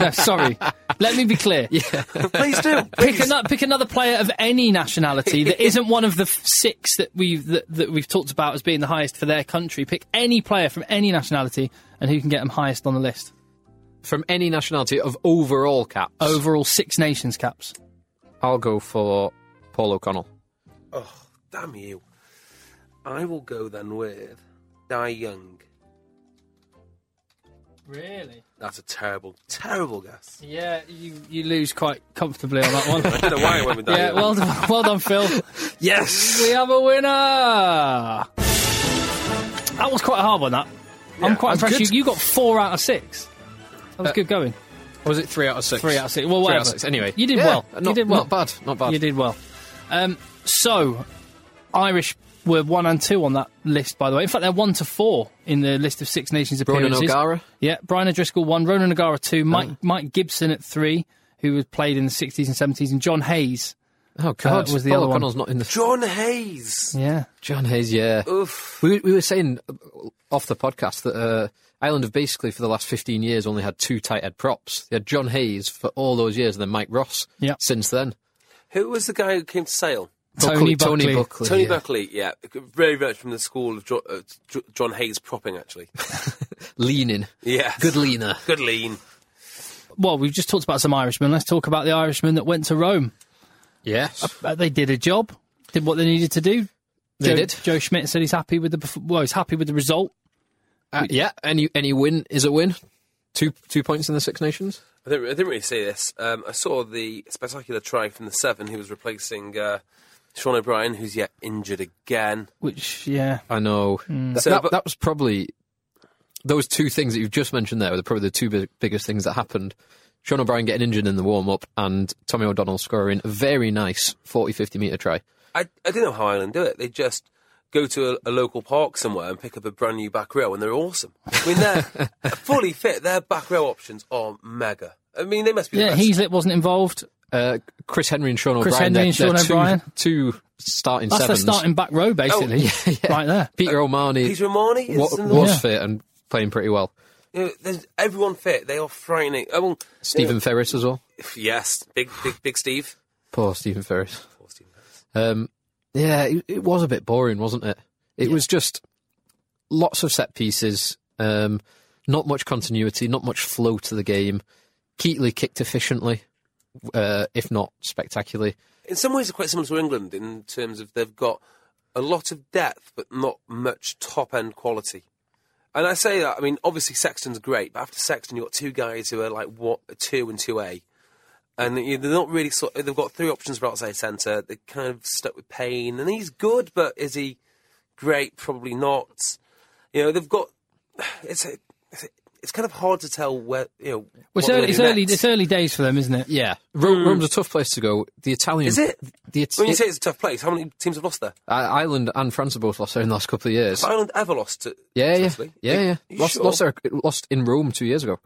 B: No, sorry. Let me be
A: <laughs>
B: clear.
A: Please
C: <laughs>
A: do.
B: Pick,
A: please.
B: ano- pick another player of any nationality that isn't one of the f- six that we've that, that we've talked about as being the highest for their country. Pick any player from any nationality and who can get them highest on the list.
C: From any nationality of overall caps,
B: Overall, six nations caps.
C: I'll go for Paul O'Connell.
A: Oh, damn you. I will go then with Die Young.
B: Really?
A: That's a terrible, terrible
B: <laughs>
A: guess.
B: Yeah, you you lose quite comfortably on <laughs> that one.
A: I don't know why I went with Die
B: yeah,
A: Young.
B: well done, well done, Phil.
A: yes!
B: We have a winner. That was quite a hard one. That I'm quite
C: that's
B: impressed. You,
C: good.
B: you got four out of six. That was good going.
C: Or was it three out of six?
B: Three out of six. Well,
C: Three
B: whatever.
C: out of six. Anyway,
B: you did
C: Yeah,
B: well.
C: Not,
B: you did well.
C: Not bad. Not bad.
B: You did well. Um, so Irish were one and two on that list, by the way. In fact, they're one to four in the list of Six Nations
C: Ronan
B: appearances.
C: O'Gara. Oh.
B: Yeah, Brian O'Driscoll one, Ronan O'Gara two, Mike Mike Gibson at three, who was played in the sixties and seventies, and John Hayes.
C: Oh God,
B: was the
C: Paul
B: other one.
C: O'Connell's not in the
A: John Hayes.
B: Yeah.
C: John Hayes, yeah.
A: Oof.
C: We, we were saying uh, off the podcast that uh, Ireland have basically for the last 15 years only had two tight head props. They had John Hayes for all those years and then Mike Ross
B: Yeah.
C: since then.
A: Who was the guy who came to Sale?
B: Tony Buckley.
C: Tony Buckley.
A: Tony
C: yeah.
A: Buckley, yeah. Very much from the school of jo- uh, Jo- John Hayes propping,
C: <laughs>
A: actually.
C: Leaning.
A: Yeah.
C: Good leaner.
A: Good lean.
B: Well, we've just talked about some Irishmen. Let's talk about the Irishmen that went to Rome.
C: Yes.
B: Uh, they did a job, did what they needed to do.
C: They
B: Joe,
C: did.
B: Joe Schmidt said he's happy with the perf- well, he's happy with the result.
C: Uh, yeah, any any win is a win. Two two points in the Six Nations.
A: I didn't, I didn't really see this. Um, I saw the spectacular try from the seven who was replacing uh, Sean O'Brien, who's yet injured again.
B: Which, yeah.
C: I know.
B: Mm.
C: Th-
A: So,
C: that,
A: but-
C: that was probably those two things that you've just mentioned there were probably the two big, biggest things that happened. Sean O'Brien getting injured in the warm up and Tommy O'Donnell scoring a very nice 40 50 metre try.
A: I, I don't know how Ireland do it. They just go to a, a local park somewhere and pick up a brand new back row, and they're awesome. I mean, they're fully fit. Their back row options are mega. I mean, they must be.
B: Yeah,
A: the best.
B: Heaslip wasn't involved.
C: Uh, Chris Henry and Sean
B: Chris
C: O'Brien.
B: Henry and
C: they're-
B: Sean
C: they're two-
B: O'Brien.
C: Two, starting
B: That's
C: sevens. Oh,
B: the starting back row,
C: <laughs>
B: basically. <laughs> Right there.
C: Peter O'Marney
A: Peter Romani is
C: wa-
A: in the-
C: was
B: Yeah.
C: fit and playing pretty well.
A: You know, there's everyone fit. They are frightening. I mean,
C: Stephen Ferris as well.
A: yes, big, big, big Steve.
C: Poor Stephen Ferris.
A: Poor Stephen Harris.
C: Um, yeah, it, it was a bit boring, wasn't it? It was just lots of set pieces, um, not much continuity, not much flow to the game. Keatley kicked efficiently, uh, if not spectacularly.
A: In some ways, they're quite similar to England in terms of they've got a lot of depth, but not much top end quality. And I say that, I mean, obviously Sexton's great, but after Sexton, you've got two guys who are like what two and two A, and you- they're not really sort. They've got three options for outside centre. They're kind of stuck with Payne, and he's good, but is he great? Probably not. You know, they've got. It's a, it's, a- it's kind of hard to tell where you know.
B: Well,
A: what
B: it's
A: they're
B: early,
A: gonna
B: it's,
A: do
B: early,
A: next.
B: it's early days for them, isn't it?
C: Yeah, Ro- Rome's a tough place to go. The Italian
A: Hmm. Is it?
C: The It-
A: When you
C: it-
A: say it's a tough place, how many teams have lost there?
C: I- Ireland and France have both lost there in the last couple of years.
A: Has Ireland ever lost to?
C: Yeah,
A: to
C: yeah,
A: Italy?
C: yeah,
A: Are
C: yeah.
A: uh, you
C: Lost,
A: sure?
C: lost, their, lost in Rome two years ago.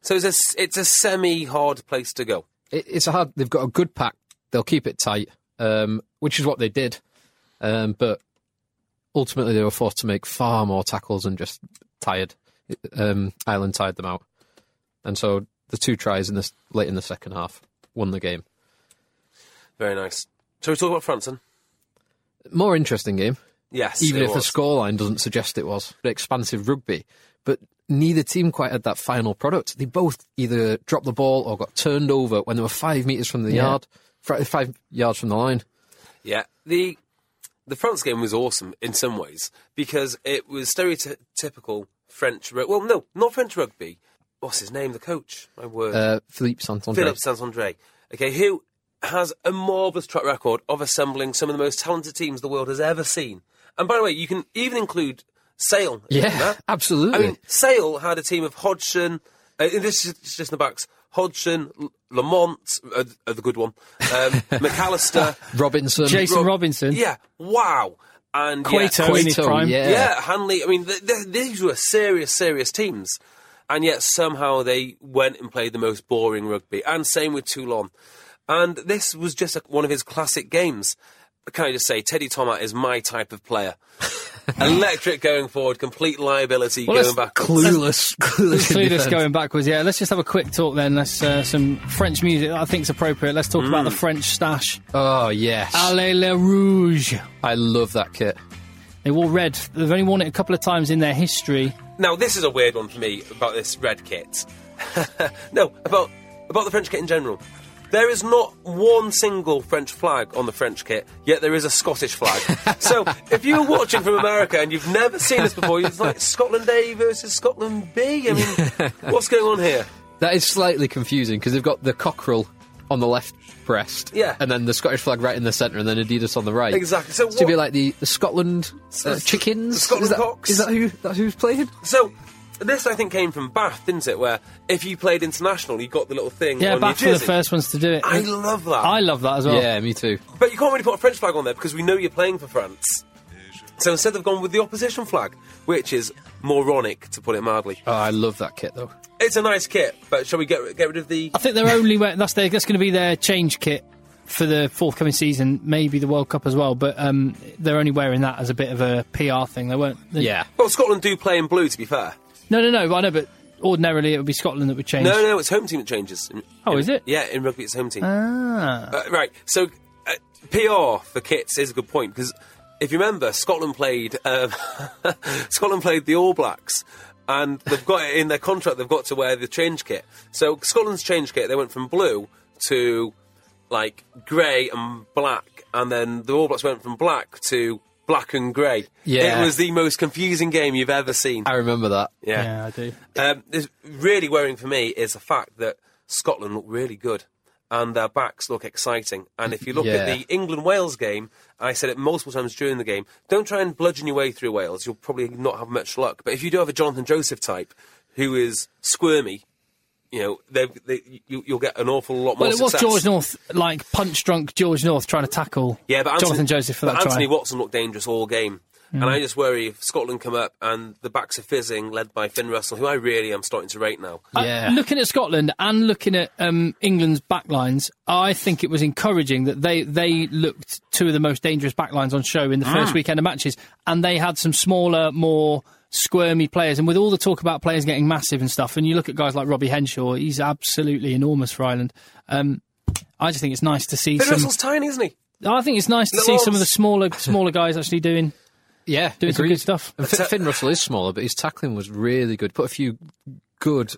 A: So it's a s- it's a semi-hard place to go.
C: it, it's a hard. They've got a good pack. They'll keep it tight, um, which is what they did. Um, but ultimately, they were forced to make far more tackles and just tired. Um, Ireland tired them out, and so the two tries in this late in the second half won the game.
A: Very nice. So we talk about France then?
C: More interesting game,
A: Yes.
C: even
A: it
C: if
A: was.
C: the scoreline doesn't suggest it was expansive rugby. But neither team quite had that final product. They both either dropped the ball or got turned over when they were five meters from the
B: Yeah.
C: yard, fr- five yards from the line.
A: Yeah. The the France game was awesome in some ways because it was stereotypical French. Rug- well, no, not French rugby. What's his name? The coach. My word.
C: Uh, Philippe Santandre.
A: Philip Sansandre. Okay, who has a marvellous track record of assembling some of the most talented teams the world has ever seen. And by the way, you can even include Sale. in
B: <laughs>
C: Yeah,
A: that.
C: absolutely.
A: I mean, Sale had a team of Hodgson. Uh, this is it's just in the backs. Hodgson, L- Lamont, uh, uh, the good one,
B: <laughs>
A: um, McAllister,
C: Robinson.
B: Jason
A: Rob-
B: Robinson.
A: Yeah, wow. And yeah,
B: Cueto in his
C: Cueto,
B: prime.
C: yeah.
A: yeah. Hanley. I mean, th- th- these were serious, serious teams, and yet somehow they went and played the most boring rugby. And same with Toulon. And this was just a, one of his classic games. Can I just say, Teddy Tomat is my type of player. Electric going forward, complete liability
B: Well,
A: going
B: let's-
A: back.
C: clueless. Clueless. in
B: Clueless
C: defence.
B: going backwards, yeah. Let's just have a quick talk then. Let's uh, some French music that I think's appropriate. Let's talk about the
A: Mm.
B: French stash.
C: Oh yes,
B: Allez le rouge.
C: I love that kit.
B: They wore red. They've only worn it a couple of times in their history.
A: Now, this is a weird one for me about this red kit. <laughs> no, about about the French kit in general. There is not one single French flag on the French kit, yet there is a Scottish
B: <laughs>
A: flag. so if you're watching from America and you've never seen this before, it's like Scotland A versus Scotland B. I
B: <laughs>
A: mean, what's going on here?
C: That is slightly confusing because they've got the cockerel on the left breast,
A: Yeah.
C: and then the Scottish flag right in the centre, and then Adidas on the right.
A: Exactly. So
C: it's to be
A: what-
C: like the, the Scotland uh,
A: the-
C: chickens.
A: the Scotland
C: is that,
A: cocks.
C: Is that who? That's who's playing?
A: So this, I think, came from Bath, didn't it? Where if you played international, you got the little thing
B: Yeah,
A: on
B: back
A: your
B: were the
A: jersey.
B: first ones to do it.
A: I love that.
B: I love that as well.
C: Yeah, me too.
A: But you can't really put a French flag on there because we know you're playing for France. So instead, they've gone with the opposition flag, which is moronic, to put it mildly.
C: Oh, I love that kit though.
A: It's a nice kit, but shall we get get rid of the?
B: I think they're only wear- that's their, that's going to be their change kit for the forthcoming season, maybe the World Cup as well. But um, they're only wearing that as a bit of a PR thing. They weren't. They,
C: Yeah,
A: Well, Scotland do play in blue, to be fair.
B: No, no, no. I know, but ordinarily it would be Scotland that would change.
A: No, no, it's home team that changes. In-
B: Oh,
A: in-
B: is it?
A: Yeah, in rugby, it's home team.
B: Ah.
A: Uh, right. So uh, PR for kits is a good point because if you remember, Scotland played um, <laughs> Scotland played the All Blacks, and they've got it in their contract. They've got to wear the change kit. So Scotland's change kit, they went from blue to like grey and black, and then the All Blacks went from black to black and grey.
C: Yeah.
A: It was the most confusing game you've ever seen.
C: I remember that.
A: Yeah.
B: I do.
A: Um, this really worrying for me is the fact that Scotland look really good and their backs look exciting. And if you look at
C: Yeah.
A: the England Wales game, I said it multiple times during the game don't try and bludgeon your way through Wales. You'll probably not have much luck. But if you do have a Jonathan Joseph type who is squirmy, you know, they, they, you, you'll get an awful lot more
B: Well, it was
A: success.
B: George North, like punch drunk George North, trying to tackle
A: Yeah, but Anthony,
B: Jonathan Joseph for
A: but
B: that try. Mm.
A: Anthony Watson looked dangerous all game. And I just worry if Scotland come up and the backs are fizzing, led by Finn Russell, who I really am starting to rate now.
B: Uh,
C: Yeah.
B: looking at Scotland and looking at um, England's backlines, I think it was encouraging that they, they looked two of the most dangerous backlines on show in the
A: Ah.
B: first weekend of matches, and they had some smaller, more squirmy players. And with all the talk about players getting massive and stuff, and you look at guys like Robbie Henshaw, he's absolutely enormous for Ireland. Um, I just think it's nice to see
A: Finn
B: some.
A: Russell's tiny, isn't he?
B: I think it's nice to
A: Little
B: see some of the
A: arms.
B: smaller smaller guys actually doing
C: Yeah,
B: doing some
C: agreed.
B: good stuff.
C: And Fi- Finn Russell is smaller, but his tackling was really good. Put a few good,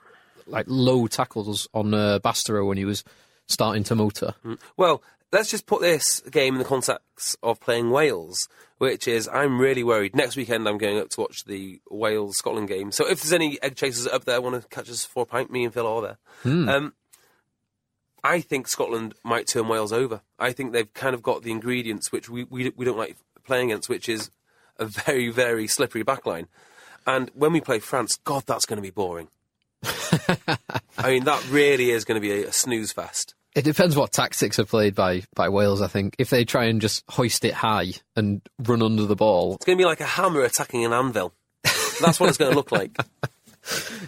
C: like low tackles on uh, Bastero when he was starting to motor.
B: Mm.
A: Well, let's just put this game in the context of playing Wales, which is I'm really worried. Next weekend, I'm going up to watch the Wales Scotland game. So if there's any egg chasers up there, want to catch us for a pint, me and Phil are there. Um, I think Scotland might turn Wales over. I think they've kind of got the ingredients which we, we, we don't like playing against, which is a very, very slippery backline. And when we play France, God, that's going to be boring. I mean, that really is going to be a, a snooze fest.
C: It depends what tactics are played by, by Wales, I think. If they try and just hoist it high and run under the ball,
A: It's going to be like a hammer attacking an anvil. That's what it's going to look like.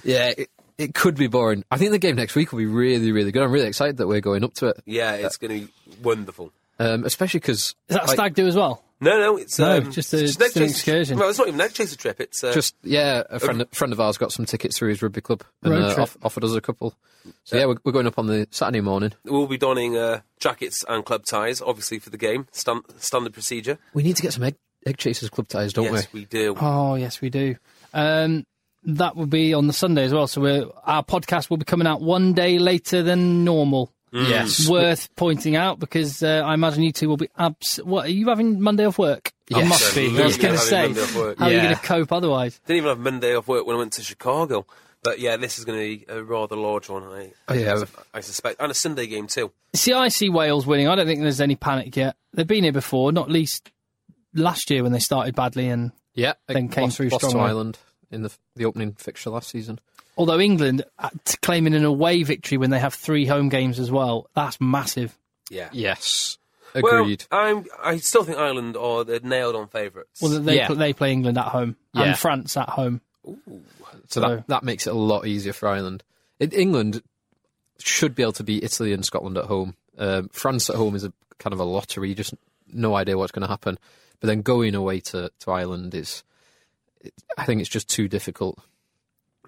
C: yeah, it, it could be boring. I think the game next week will be really, really good. I'm really excited that we're going up to it,
A: <laughs> Yeah, it's going to be wonderful.
C: um, especially because
B: Is that a stag do as well?
A: No, no, it's
B: No,
A: um,
B: just a-
A: it's
B: just an
A: Egg Chaser-
B: excursion.
A: Well, it's not even an egg chaser trip. It's uh,
C: just yeah, a friend friend of ours got some tickets through his rugby club and
B: Oh. Road
C: uh,
B: trip.
C: off, offered us a couple. So yeah, we're, we're going up on the Saturday morning.
A: we'll be donning uh, jackets and club ties, obviously for the game. Stan- standard procedure.
C: We need to get some egg, egg chasers club ties, don't
A: yes, we, do.
B: Oh yes, we do. Um, that will be on the Sunday as well. So we're, our podcast will be coming out one day later than normal.
C: we?
A: Mm.
C: Yes.
B: Worth pointing out because uh, I imagine you two will be abs. What are you having Monday off work? I
C: Yes.
B: must be. I was
A: Absolutely
B: going
A: having
B: to say,
A: Monday off work.
B: how are you
C: Yeah.
B: going to cope otherwise?
A: Didn't even have Monday off work when I went to Chicago. But yeah, this is going to be a rather large one. I,
C: Oh, yeah.
A: I suspect, and a Sunday game too.
B: See, I see Wales winning. I don't think there's any panic yet. They've been here before, not least last year when they started badly. And
C: Yeah,
B: Then came
C: lost,
B: through
C: lost to
B: strongly.
C: Ireland in the the opening fixture last season.
B: although England uh, t- claiming an away victory when they have three home games as well, that's massive.
A: Yeah.
C: Yes,
A: Well,
C: agreed.
A: I'm. I still think Ireland are the nailed-on favourites.
B: Well, they
C: Yeah.
B: pl- they play England at home
C: Yeah.
B: and France at home.
C: so
B: so-
C: that that makes it a lot easier for Ireland. In England should be able to beat Italy and Scotland at home. Um, France at home is a kind of a lottery. You just no idea what's going to happen. But then going away to to Ireland is, it, I think it's just too difficult.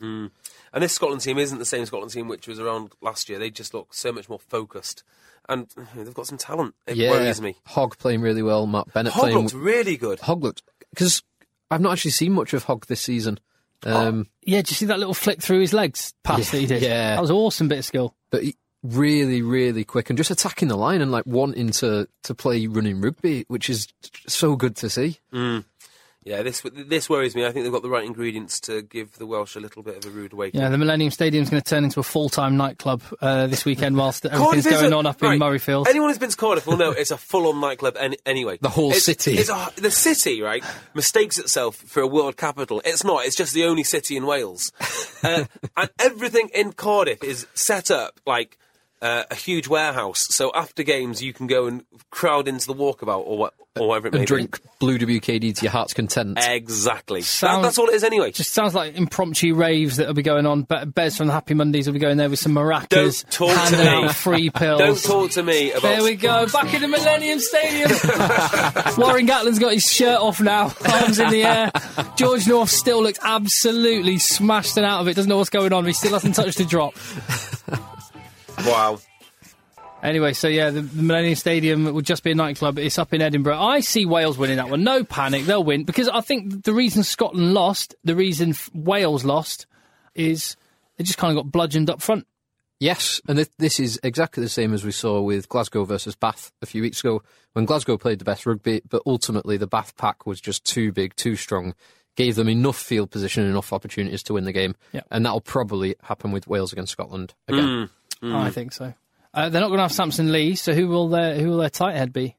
A: And this Scotland team isn't the same Scotland team which was around last year. They just look so much more focused, and you know, they've got some talent. It
C: yeah,
A: worries me.
C: Hogg playing really well. Matt Bennett
A: Hogg
C: playing.
A: looked really good.
C: Hogg looked because I've not actually seen much of Hogg this season. Um,
B: Yeah, did you see that little flick through his legs pass
C: Yeah,
B: that he did?
C: yeah.
B: that was an awesome bit of skill.
C: but he- really, really quick and just attacking the line and like wanting to to play running rugby, which is so good to see.
A: Yeah, this this worries me. I think they've got the right ingredients to give the Welsh a little bit of a rude awakening.
B: Yeah, the Millennium Stadium's going to turn into a full-time nightclub uh, this
A: <laughs>
B: weekend whilst everything's
A: Cardiff is
B: going
A: a-
B: on up
A: right,
B: in Murrayfield.
A: Anyone who's been to Cardiff will know it's a full-on nightclub. Any, anyway,
C: The whole
A: It's-
C: city.
A: It's a, the city, right? Mistakes itself for a world capital. It's not. It's just the only city in
B: <laughs>
A: Wales, uh, and everything in Cardiff is set up like. Uh, a huge warehouse, so after games you can go and crowd into the walkabout or what, or whatever it may
C: And drink blue WKD to your heart's content.
A: be. Exactly. That-
B: Sound-
A: that's all it is anyway.
B: Just sounds like impromptu raves that'll be going on. Be- Bez from the Happy Mondays will be going there with some maracas,
A: Don't talk to
B: handing
A: me.
B: out free pills.
A: Don't talk to me about.
B: There we go, back in the Millennium Stadium. Warren Gatlin's got his shirt off now, arms in the air. George North still looks absolutely smashed and out of it, doesn't know what's going on, he still hasn't touched a drop.
A: Wow.
B: Anyway, so yeah, the, the Millennium Stadium will just be a nightclub. It's up in Edinburgh. I see Wales winning that one. No panic, they'll win because I think the reason Scotland lost, the reason F- Wales lost, is they just kind of got bludgeoned up front.
C: Yes, and th- this is exactly the same as we saw with Glasgow versus Bath a few weeks ago when Glasgow played the best rugby, but ultimately the Bath pack was just too big, too strong, gave them enough field position, enough opportunities to win the game,
B: Yeah.
C: and that'll probably happen with Wales against Scotland again.
B: I think so. Uh, they're not going to have Samson Lee, so who will their who will their tight head be?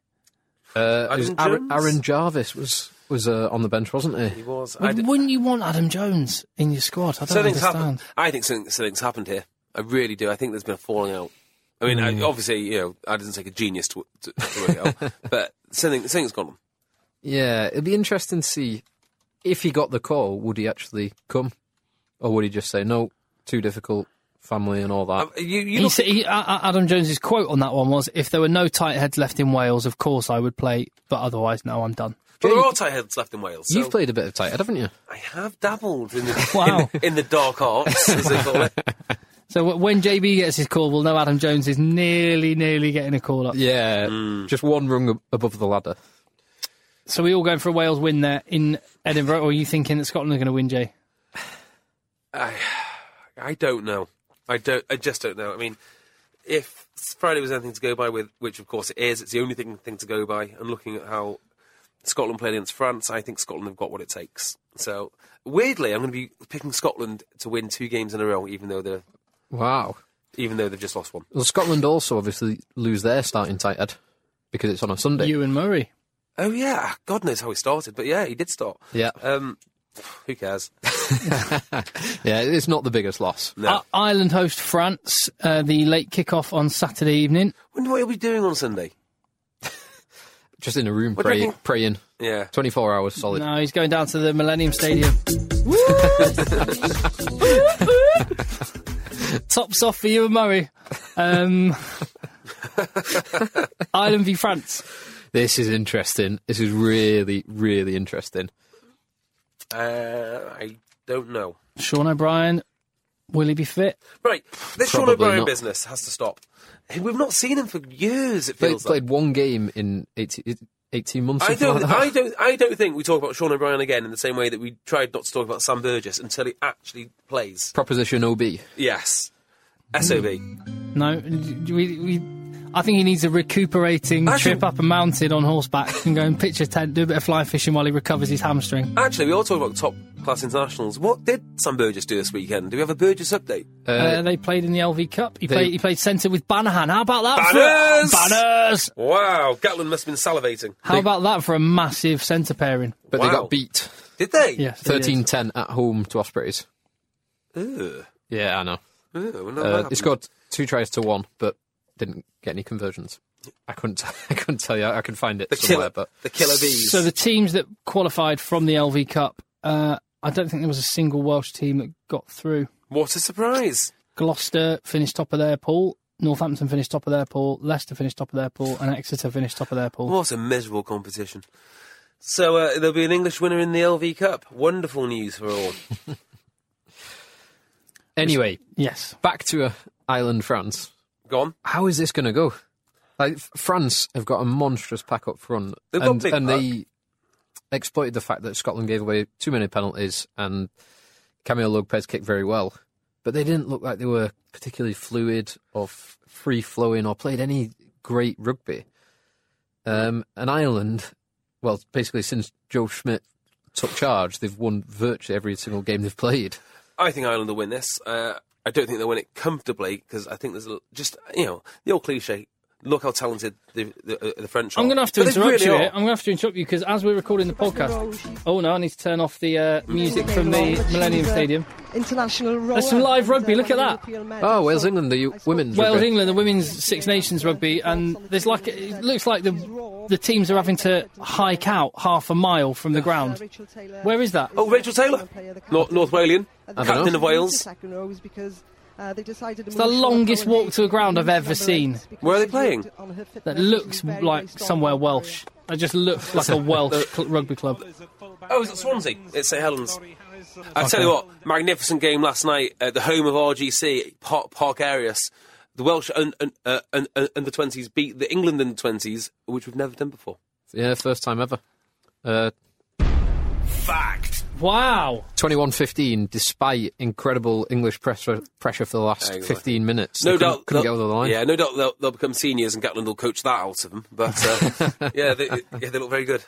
C: Uh, it was
A: Adam
C: Aaron,
A: Jones?
C: Aaron Jarvis was was uh, on the bench, wasn't he?
A: He was. I
B: Would,
A: d-
B: wouldn't you want Adam Jones in your squad? I don't
A: something's
B: understand.
A: happened. I think something, something's happened here. I really do. I think there's been a falling out. I mean, I, obviously, you know, I didn't take a genius to to, to work it out, but something something's gone. on.
C: Yeah, it'd be interesting to see if he got the call, would he actually come, or would he just say no, too difficult, family and all that?
A: Um, you, you
B: He
A: look,
B: said, he, A- A- Adam Jones's quote on that one was, "If there were no tight heads left in Wales, of course I would play, but otherwise, no, I'm done."
A: but there are tight heads left in Wales. so-
C: You've played a bit of tight head, haven't you?
A: I have dabbled in the
B: Wow.
A: in, in the dark arts, as they call it.
B: So w- when JB gets his call, we'll know Adam Jones is nearly, nearly getting a call up.
C: Yeah,
A: Hmm.
C: just one rung ab- above the ladder.
B: So we all going for a Wales win there in Edinburgh, or are you thinking that Scotland are going to win, Jay?
A: I don't know. I don't. I just don't know. I mean, if Friday was anything to go by, with which of course it is, it's the only thing thing to go by. And looking at how Scotland played against France, I think Scotland have got what it takes. So weirdly, I'm going to be picking Scotland to win two games in a row, even though they're
C: Wow.
A: even though they've just lost one.
C: Well, Scotland also obviously lose their starting tight head because it's on a Sunday.
B: You and Murray.
A: Oh yeah, God knows how he started, but yeah, he did start.
C: Yeah,
A: Um, who cares?
C: yeah, it's not the biggest loss.
A: No.
B: I- Ireland host France. Uh, the late kickoff on Saturday evening.
A: Wonder what he'll be doing on Sunday.
C: Just in a room
A: What do you
C: praying,
A: reckon?
C: praying,
A: Yeah.
C: twenty four hours solid.
B: No, he's going down to the Millennium Stadium. <laughs> Tops off for you and Murray. Um, Ireland v France.
C: This is interesting. This is really, really interesting.
A: Uh, I don't know.
B: Sean O'Brien, will he be fit?
A: Right, this Sean
C: Probably
A: O'Brien
C: not.
A: business has to stop. Hey, We've not seen him for years. It
C: Played,
A: feels like.
C: played one game in 18, 18 months.
A: I
C: something
A: don't,
C: like that.
A: I don't, I don't think we talk about Sean O'Brien again in the same way that we tried not to talk about Sam Burgess until he actually plays.
C: Proposition OB.
A: Yes, sob.
B: No, do we, we, I think he needs a recuperating
A: Actually-
B: trip up a mountain on horseback and go and pitch a tent, do a bit of fly fishing while he recovers his hamstring.
A: Actually, we all talk about top class internationals. What did Sam Burgess do this weekend? Do we have a Burgess update?
B: Uh, they played in the LV Cup. He
C: they-
B: played. He played centre with Banahan. How about that?
A: Banners!
B: For, Banners!
A: Wow, Gatlin must have been salivating.
B: How about that for a massive centre pairing?
C: But they
A: Wow.
C: got beat
A: Did they?
B: Yes, they did.
C: thirteen ten at home to Ospreys.
A: Ugh.
C: Yeah, I know.
A: Ugh, well, no,
C: Uh,
A: that
C: he scored two tries to one, but didn't get any conversions. I couldn't. <laughs> T- I couldn't tell you. I could find it
A: the killer,
C: somewhere, but
A: the killer bees.
B: So the teams that qualified from the LV Cup, uh, I don't think there was a single Welsh team that got through.
A: what a surprise!
B: Gloucester finished top of their pool. Northampton finished top of their pool. Leicester finished top of their pool, and Exeter finished top of their pool.
A: What a miserable competition. So uh, there'll be an English winner in the LV Cup. Wonderful news for all.
C: anyway,
B: Yes,
C: back to uh, Ireland, France.
A: Gone.
C: How is this going to go? Like F- France have got a monstrous pack up front,
A: They've got
C: and,
A: big
C: and they exploited the fact that Scotland gave away too many penalties, and Camilo Lopez kicked very well, but they didn't look like they were particularly fluid or f- free flowing or played any great rugby. Um, and Ireland, well, basically since Joe Schmidt took charge, they've won virtually every single game they've played.
A: I think Ireland will win this. Uh, I don't think they'll win it comfortably because I think there's a, just you know the old cliche. Look how talented the the, uh, the French are.
B: I'm going to have to
A: But they
B: interrupt
A: really
B: you.
A: are.
B: Here. I'm going to have to interrupt you because as we're recording the podcast, oh no, I need to turn off the uh, music from the Millennium Stadium.
E: International
B: There's some live rugby, look at that.
C: Oh, Wales, England, the u- women's
B: Wales,
C: rugby.
B: England, the women's Six Nations rugby, and there's like it looks like the the teams are having to hike out half a mile from the ground. Where is that?
A: Oh, Rachel Taylor, North, North Walian,
C: don't
A: captain
C: know.
A: of Wales.
E: It's
C: uh,
B: the longest walk to the ground I've ever seen.
A: Where are they playing?
B: That looks like somewhere Welsh. That just
A: <laughs>
B: looks like a Welsh cl- rugby club.
A: Oh, is it Swansea? It's St Helens. I tell you what, magnificent game last night at the home of RGC Park, Park Arias. The Welsh un, un, uh, un, un, under twenties beat the England under twenties, which we've never done before.
C: Yeah, first time ever. Uh,
F: Fact
B: Wow.
C: 21-15, despite incredible English pressure, pressure for the last
A: Exactly.
C: 15 minutes.
A: No
C: They couldn't,
A: doubt,
C: couldn't
A: they'll-
C: get over the line.
A: Yeah, no doubt they'll, they'll become seniors, and Gatland will coach that out of them. But uh, <laughs> yeah, they, yeah, they look very good.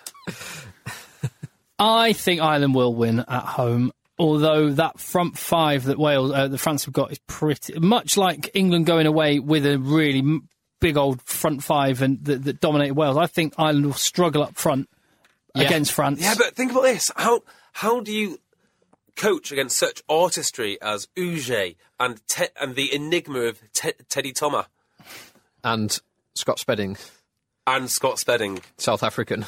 B: I think Ireland will win at home. Although that front five that Wales, uh, that France have got is pretty much like England going away with a really m- big old front five and that, that dominated Wales. I think Ireland will struggle up front against France.
A: Yeah, but think about this: how how do you coach against such artistry as Uge and te- and the enigma of te- Teddy Thomas
C: And Scott Spedding,
A: and Scott Spedding?
C: South
A: <laughs>
C: African.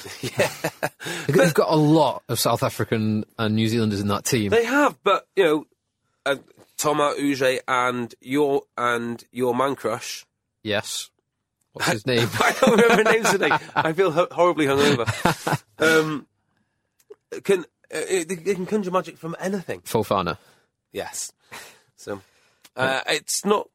C: They've got a lot of South African and New Zealanders in that team.
A: They have, but you know, uh, Thomas Uge and your and your man crush. <laughs>
C: yes. What's his name?
A: I don't remember names today. I feel ho- horribly
C: <laughs>
A: hungover. Um, can uh, it, they can conjure magic from anything?
C: Fofana.
A: Yes. So uh, it's not.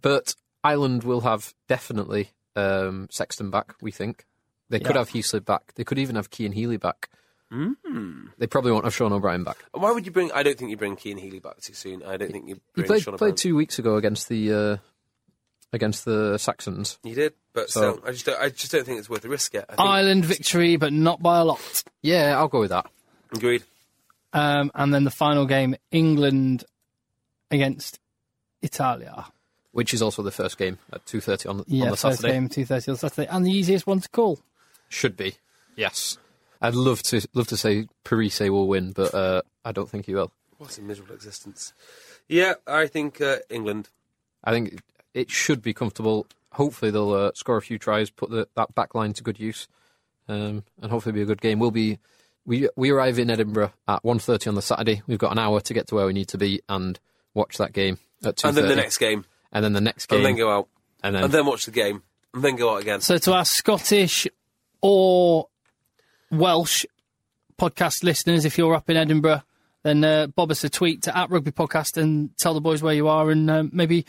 C: But Ireland will have definitely um, Sexton back, we think. They could
B: Yeah.
C: have Heasley back. They could even have Keane Healy back.
A: Hmm.
C: Mm. They probably won't have Sean O'Brien back.
A: Why would you bring? I don't think you bring Keane Healy back too soon. I don't think you
C: He
A: bring
C: played,
A: Sean
C: played
A: O'Brien.
C: two weeks ago against the uh, against the Saxons.
A: You did, but
C: So-
A: still, I just don't, I just don't think it's worth the risk yet. I think,
B: Ireland victory, but not by a lot.
C: Yeah, I'll go with that.
A: agreed.
B: Um, and then the final game, England against Italia.
C: Which is also the first game at two thirty on,
B: Yeah,
C: on the
B: first
C: Saturday.
B: game, two thirty on Saturday, and the easiest one to call.
C: Should be. Yes. I'd love to love to say Parise will win, but uh, I don't think he will.
A: What a miserable existence. Yeah, I think uh, England.
C: I think it should be comfortable. Hopefully they'll uh, score a few tries, put the, that back line to good use, um, and hopefully it'll be a good game. We'll be we we arrive in Edinburgh at 1.30 on the Saturday. We've got an hour to get to where we need to be and watch that game at two
A: And then the next game,
C: and then the next game,
A: and then go out,
C: and
A: and then watch the game, and then go out again.
B: So to our Scottish or Welsh podcast listeners, if you're up in Edinburgh, then uh, bob us a tweet to at Rugby Podcast and tell the boys where you are, and um, maybe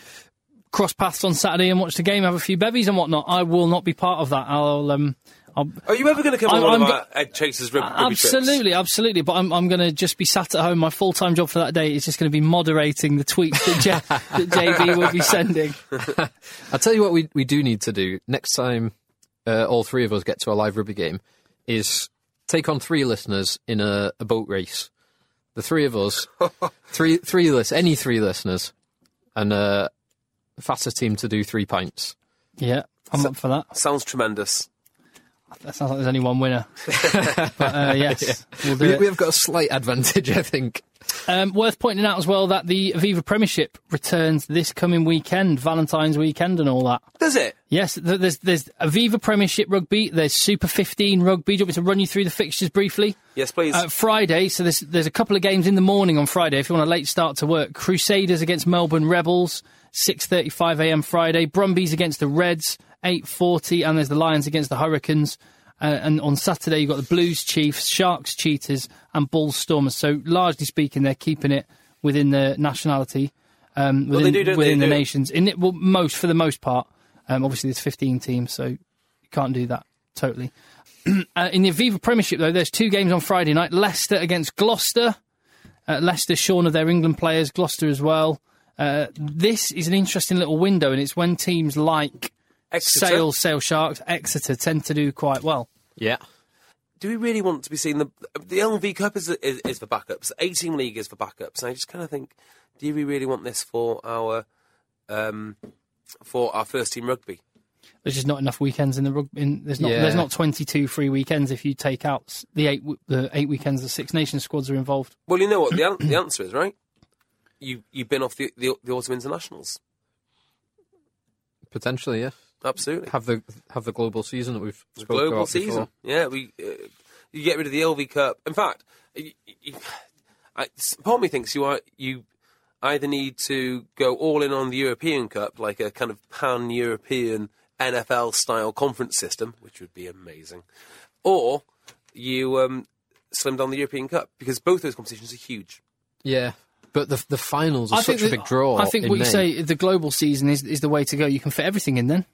B: cross paths on Saturday and watch the game, have a few bevies and whatnot. I will not be part of that. I'll, um, I'll
A: Are you ever going to come
B: I'm-
A: on one
B: I'm
A: of our Ed Chase's rugby rugby trips?
B: Absolutely, absolutely. But I'm, I'm going to just be sat at home. My full time job for that day is just going to be moderating the tweets that, J- <laughs> that JB will be
C: <laughs>
B: sending.
C: I'll tell you what we we do need to do next time. Uh, all three of us get to a live rugby game. Is take on three listeners in a, a boat race. The three of <laughs> us, three three list any three listeners, and uh, faster team to do three pints.
B: Yeah, I'm up for that.
A: Sounds tremendous.
B: That sounds like there's only one
C: <laughs>
B: winner. but uh, yes, we'll do
C: We,
B: it.
C: we have got a slight advantage, I think.
B: Um, worth pointing out as well that the Aviva Premiership returns this coming weekend, Valentine's weekend, and all that.
A: Does it?
B: Yes, th- there's there's Aviva Premiership rugby. There's Super 15 rugby. Do you want me to run you through the fixtures briefly?
A: Yes, please.
B: Uh, Friday, so there's there's a couple of games in the morning on Friday. If you want a late start to work, Crusaders against Melbourne Rebels, six thirty-five a.m. Friday. Brumbies against the Reds, eight forty, and there's the Lions against the Hurricanes. Uh, and on Saturday, you've got the Blues, Chiefs, Sharks, Cheetahs, and Bulls, Stormers. So largely speaking, they're keeping it within the nationality, um,
A: they
B: within,
A: do, don't they?
B: within the
A: They-
B: nations. In it, well, most for the most part. Um, obviously, there's fifteen teams, so you can't do that totally. <clears throat> Uh, in the Aviva Premiership, though, there's two games on Friday night Leicester against Gloucester. Uh, Leicester, shorn of their England players, Gloucester as well. Uh, this is an interesting little window, and it's when teams like
A: Exeter?
B: Sale, Sale Sharks, Exeter tend to do quite well.
C: Yeah,
A: Do we really want to be seeing the the LV Cup is is, is for backups? Eighteen league is for backups. And I just kind of think, do we really want this for our um, for our first team rugby?
B: There's just not enough weekends in the rugby. In, there's not
C: Yeah.
B: there's not 22 free weekends if you take out s- the eight w- the eight weekends the Six Nations squads are involved.
A: Well, you know what the an-
B: <clears throat>
A: the answer is, right? You you've been off the the, the autumn internationals.
C: potentially. Yeah,
A: Absolutely,
C: have the have the global season that we've
A: It's a
C: spoke
A: global
C: about
A: season.
C: before.
A: Yeah, we uh, you get rid of the LV Cup. In fact, you, you, I, part of me thinks you are you either need to go all in on the European Cup, like a kind of pan European NFL style conference system, which would be amazing, or you um, slim down the European Cup because both those competitions are huge.
C: Yeah, but the the finals are
B: I
C: such
B: that-
C: a big draw.
B: I think
C: in
B: what you
C: May.
B: say the global season is is the way to go. You can fit everything in then.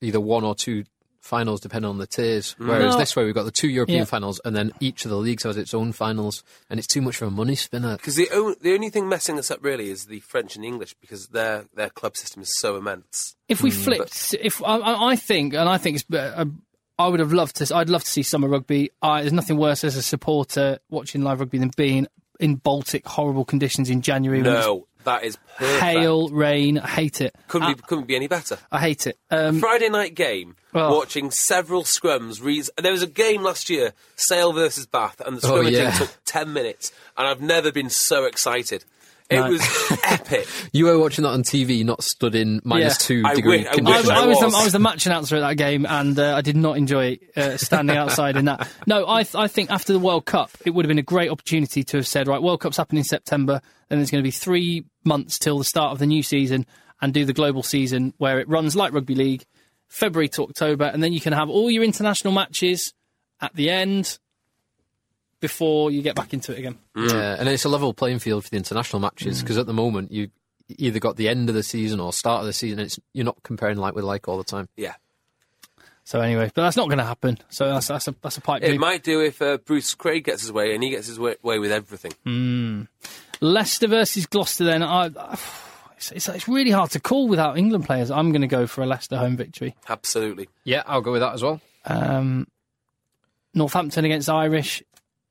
C: either one or two finals depend on the tiers. Whereas
B: No.
C: this way, we've got the two European
B: Yeah.
C: finals, and then each of the leagues has its own finals, and it's too much for a money spinner.
A: Because the, on- the only thing messing us up really is the French and English because their their club system is so immense.
B: If
C: Mm.
B: we flipped, if I- I, I think, and I think it's, uh, I would have loved to. I'd love to see summer rugby. I, there's nothing worse as a supporter watching live rugby than being in Baltic horrible conditions in January. when
A: No, that is
B: it's
A: perfect.
B: hail, rain. I hate it.
A: Couldn't be couldn't be any better.
B: I hate it. Um,
A: Friday night game,
B: Oh.
A: watching several scrums. Reads, there was a game last year, Sale versus Bath, and the
C: Oh,
A: scrimmaging
C: yeah.
A: took 10 minutes, and I've never been so excited. It
B: No.
A: was <laughs> epic.
C: You were watching that on TV, not stood in minus
B: Yeah.
C: two
A: I
C: degree
A: wish- I wish
B: I,
C: conditions.
B: I
A: I
B: was
A: was.
B: the, I was the match announcer at that game, and uh, I did not enjoy it, uh, standing outside in that. No, I th- I think after the World Cup, it would have been a great opportunity to have said, right, World Cup's happening in September, then there's going to be three months till the start of the new season, and do the global season where it runs like rugby league, February to October, and then you can have all your international matches at the end before you get back into it again.
C: Yeah, and it's a level playing field for the international matches because at the moment you either got the end of the season or start of the season. It's you're not comparing like with like all the time.
A: Yeah.
B: So anyway, but that's not going to happen. So that's that's a that's a pipe
A: It
B: dream.
A: might do if uh, Bruce Craig gets his way, and he gets his way, way with everything.
B: Mm. Leicester versus Gloucester. Then I, it's, it's, it's really hard to call without England players. I'm going to go for a Leicester home victory.
A: Absolutely.
C: Yeah, I'll go with that as well.
B: Um, Northampton against Irish.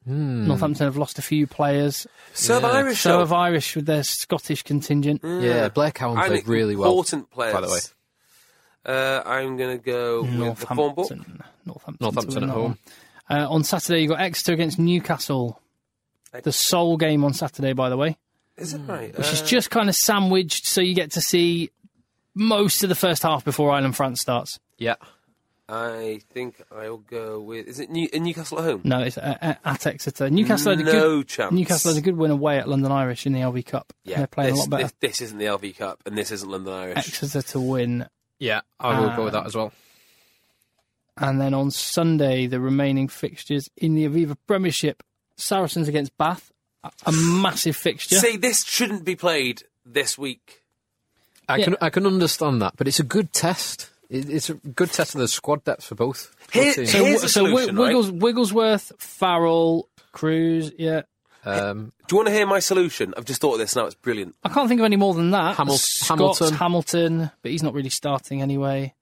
C: Hmm.
B: Northampton have lost a few players.
A: So have Irish.
B: So
A: though.
B: have Irish with their Scottish contingent.
A: Mm.
C: Yeah, Blair Cowan
A: And
C: played really well.
A: Important players.
C: by the way.
A: Uh, I'm going to go with the form book.
B: Northampton. Northampton. to
C: Northampton
B: win
C: at
B: that
C: home.
B: one. Uh, on Saturday, you got Exeter against Newcastle. The sole game on Saturday, by the way.
A: Is it right?
B: which is
A: Uh,
B: just kind of sandwiched, so you get to see most of the first half before Ireland France starts.
C: Yeah,
A: Uh, I think I'll go with. Is it New, in Newcastle at home?
B: No, it's at, at Exeter. Newcastle had a
A: No
B: good
A: chance.
B: Newcastle had a good win away at London Irish in the LV Cup.
A: Yeah,
B: they're playing
A: this,
B: a lot better.
A: This, this isn't the LV Cup, and this isn't London Irish.
B: Exeter to win,
C: yeah, I will go with that as well.
B: and then on Sunday the remaining fixtures in the Aviva Premiership: Saracens against Bath, a- a massive fixture.
A: See, this shouldn't be played this week.
C: I
B: Yeah.
C: can I can understand that, but it's a good test. It, it's a good test of the squad depth for both. both
A: Here-
C: teams.
B: so,
A: Here's a
B: so Wi-
A: solution, right?
B: Wiggles, Wigglesworth, Farrell, Cruz, yeah.
C: um,
A: Do you want to hear my solution? I've just thought of this now. It's brilliant.
B: I can't think of any more than that.
C: Hamil-
B: Scott,
C: Hamilton.
B: Hamilton, but he's not really starting anyway.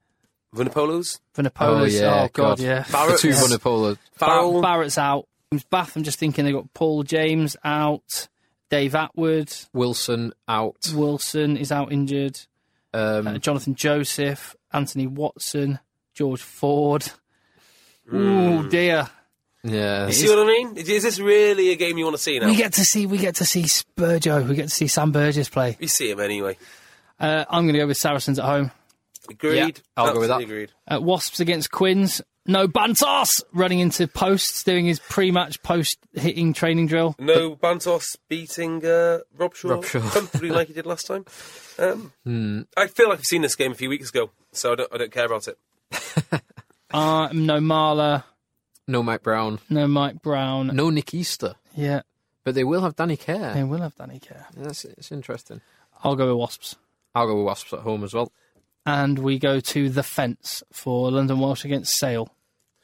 A: Vunipolos,
B: Vinopolis. Oh,
C: yeah,
B: God,
C: God.
B: yeah.
C: the
A: Barrett,
C: two Vunipola.
B: Bar-
A: Farrell,
B: Barrett's out. Bath, I'm just thinking they've got Paul James out. Dave Atwood.
C: Wilson out.
B: Wilson is out injured.
C: Um,
B: Uh, Jonathan Joseph. Anthony Watson. George Ford. Ooh, dear.
C: yeah,
A: You see what I mean? Is this really a game you want to see now?
B: We get to see, we get to see Spurjo. We get to see Sam Burgess play.
A: We see him anyway.
B: Uh, I'm going to go with Saracens at home.
A: Agreed.
C: Yeah, I'll go with
A: Absolutely
C: that.
A: Agreed.
B: Uh, Wasps against Quins. No Bantos running into posts, doing his pre-match post-hitting training drill.
A: No Bantos beating uh, Rob Shaw
C: Rob Shaw.
A: comfortably like he did last time. Um, I feel like I've seen this game a few weeks ago, so I don't, I don't care about it.
B: Uh, no Marla,
C: no Mike Brown,
B: no Mike Brown.
C: no Nick Easter,
B: Yeah,
C: but they will have Danny Care.
B: they will have Danny Care.
C: That's it's interesting.
B: I'll go with Wasps.
C: I'll go with Wasps at home as well.
B: And we go to the fence for London Welsh against Sale.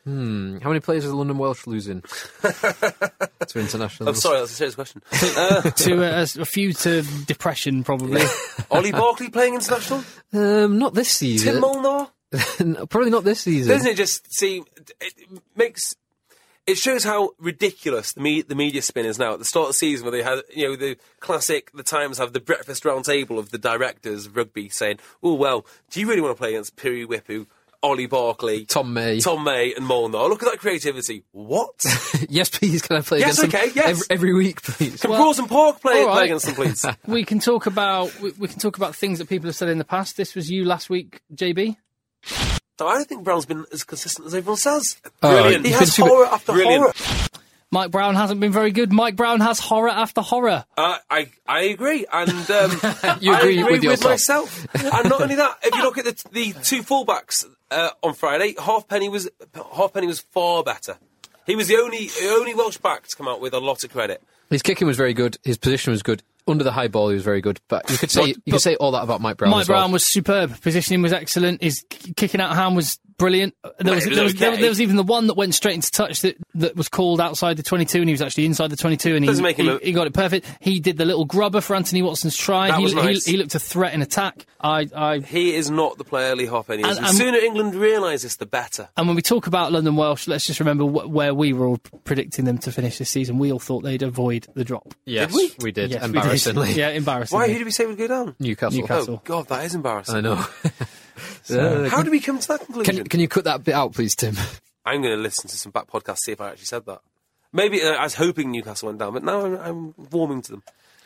C: Hmm. How many players is London Welsh
A: <laughs>
C: losing to international?
A: I'm Oh, sorry, that's a serious question.
B: to a, uh, a few to depression, probably.
A: Ollie Barkley playing international?
C: Um, not this
A: Tim
C: <laughs> season.
A: Molnar?
C: Probably not this season.
A: Doesn't it just seem it makes it shows how ridiculous the, me, the media spin is now at the start of the season where they had you know the classic the Times have the breakfast round table of the directors of rugby saying oh well do you really want to play against Piri Whippu Ollie Barkley
C: Tom May.
A: Tom May and Molnar look at that creativity what
C: <laughs> yes, please. Can I play
A: Yes,
C: against
A: okay,
C: them
A: yes.
C: every, every week, please?
A: can Brawls and Pork play,
B: all right.
A: play against them
C: <laughs>
A: please
B: we can talk about we, we can talk about things that people have said in the past. This was you last week, JB.
A: so I don't think Brown's been as consistent as everyone says
C: Brilliant.
A: he
C: He's
A: has
C: been super-
A: horror after
C: brilliant.
A: horror
B: Mike Brown hasn't been very good. Mike Brown has horror after horror.
A: Uh, I I agree, and um,
C: <laughs> You
A: I
C: agree
A: agree
C: with
A: with,
C: yourself.
A: myself. And not only that, if you look at the, the two fullbacks uh, on Friday, Halfpenny was Halfpenny was far better. He was the only the only Welsh back to come out with a lot of credit.
C: His kicking was very good. His position was good. Under the high ball, he was very good. But you could say you could say all that about Mike Brown.
B: Mike
C: as well.
B: Brown was superb. Positioning was excellent. His k- kicking out hand was brilliant. There was,
A: it was
B: there, was, there,
A: okay.
B: there was even the one that went straight into touch that, that was called outside the 22 and he was actually inside the 22 and he,
A: Doesn't make him
B: he,
A: look-
B: he got it perfect. He did the little grubber for Anthony Watson's try.
A: That
B: he,
A: was
B: he-
A: nice.
B: he, looked a threat in attack. I, I
A: He is not the player Lee Hop is.
B: And-
A: The
B: and-
A: sooner England realise this, the better.
B: And when we talk about London Welsh, let's just remember wh- where we were all predicting them to finish this season. We all thought they'd avoid the drop.
C: Yes,
A: Did we?
C: did.
B: Yes, we did. <laughs>
C: embarrassingly.
B: Yeah, embarrassingly.
A: Why? Who did we say would go down?
C: Newcastle.
B: Newcastle.
A: Oh, God, that is embarrassing.
C: I know. <laughs> Uh,
A: How did we come to that conclusion?
C: can, can you cut that bit out, please, Tim?
A: I'm going to listen to some back podcasts, see if I actually said that. Maybe uh, I was hoping Newcastle went down, but now I'm, I'm warming to them.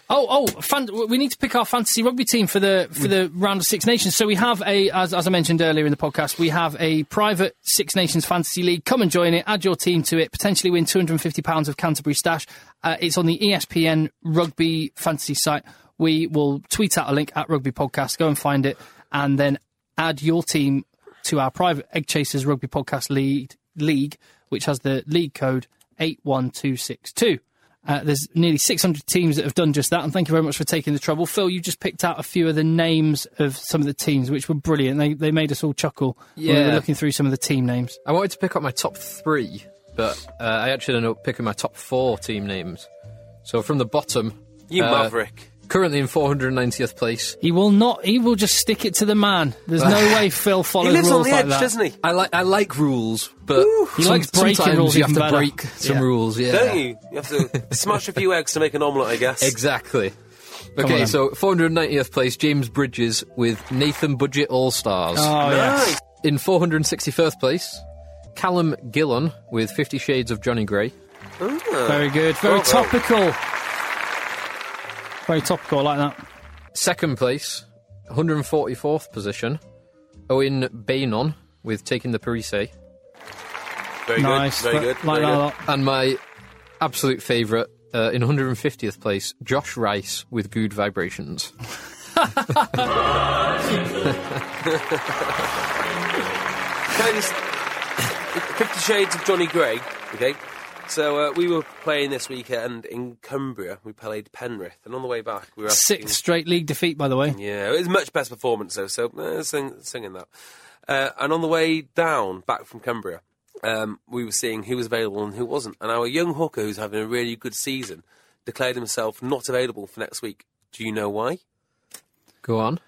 B: Oh, oh! Fan- we need to pick our fantasy rugby team for the for the round of Six Nations. So we have a, as, as I mentioned earlier in the podcast, we have a private Six Nations fantasy league. Come and join it. Add your team to it. Potentially win two hundred and fifty pounds of Canterbury stash. Uh, it's on the ESPN Rugby Fantasy site. We will tweet out a link at Rugby Podcast. Go and find it, and then add your team to our private Egg Chasers Rugby Podcast lead, league, which has the league code eight one two six two. Uh, there's nearly 600 teams that have done just that, and thank you very much for taking the trouble. Phil, you just picked out a few of the names of some of the teams, which were brilliant. They they made us all chuckle when we
C: Yeah.
B: were looking through some of the team names.
C: <laughs> I wanted to pick up my top three, but uh, I actually ended up picking my top four team names. So from the bottom,
A: You
C: uh,
A: maverick.
C: currently in 490th place.
B: He will not. He will just stick it to the man. There's no
A: <laughs>
B: way Phil
A: He
B: follows
A: lives on
B: rules
A: the
B: like
A: edge,
B: that.
A: doesn't he?
C: I like I like rules, but
B: He
C: some-
B: likes breaking
C: sometimes
B: rules
C: you have
B: even
C: to
B: better.
C: break some
B: Yeah.
C: rules. Yeah,
A: Don't you? You have to smash a few eggs to make an omelette, I guess.
C: exactly.
B: on
C: Okay,
B: then.
C: so 490th place, James Bridges with Nathan Budget All Stars.
B: Oh yes.
A: Nice.
C: In 461st place, Callum Gillon with Fifty Shades of Johnny Grey.
B: Very good. Very
A: Well done.
B: topical. Very topical. I like that.
C: Second place, 144th position, Owen Bainon with Taking the Parise.
A: Very
B: nice.
A: good. Very
B: Like
A: good.
B: that
A: very
B: a
A: good.
B: lot.
C: And my absolute favourite, uh, in 150th place, Josh Rice with Good Vibrations.
A: Can I just- Fifty Shades of Johnny Grey. Okay, so uh, we were playing this weekend in Cumbria. We played Penrith, and on the way back, we were asking-
B: Sixth straight league defeat, by the way.
A: Yeah, it was much best performance though. So uh, sing, singing that. Uh, and on the way down, back from Cumbria, um, we were seeing who was available and who wasn't. And our young hooker, who's having a really good season, declared himself not available for next week. Do you know why?
C: Go on.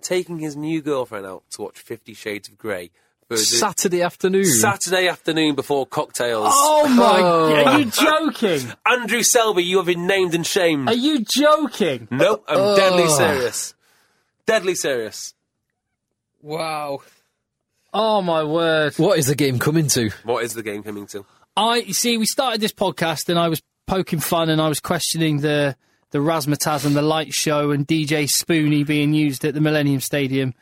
A: Taking his new girlfriend out to watch Fifty Shades of Grey for the
C: Saturday afternoon.
A: Saturday afternoon before cocktails.
B: <laughs> Oh my! Are you joking?
A: Andrew Selby, you have been named and shamed.
B: Are you joking?
A: No, I'm deadly serious. Deadly serious.
C: wow.
B: Oh my word!
C: What is the game coming to?
A: What is the game coming to?
B: I you see. We started this podcast, and I was poking fun, and I was questioning the the razzmatazz and the light show, and DJ Spoonie being used at the Millennium Stadium.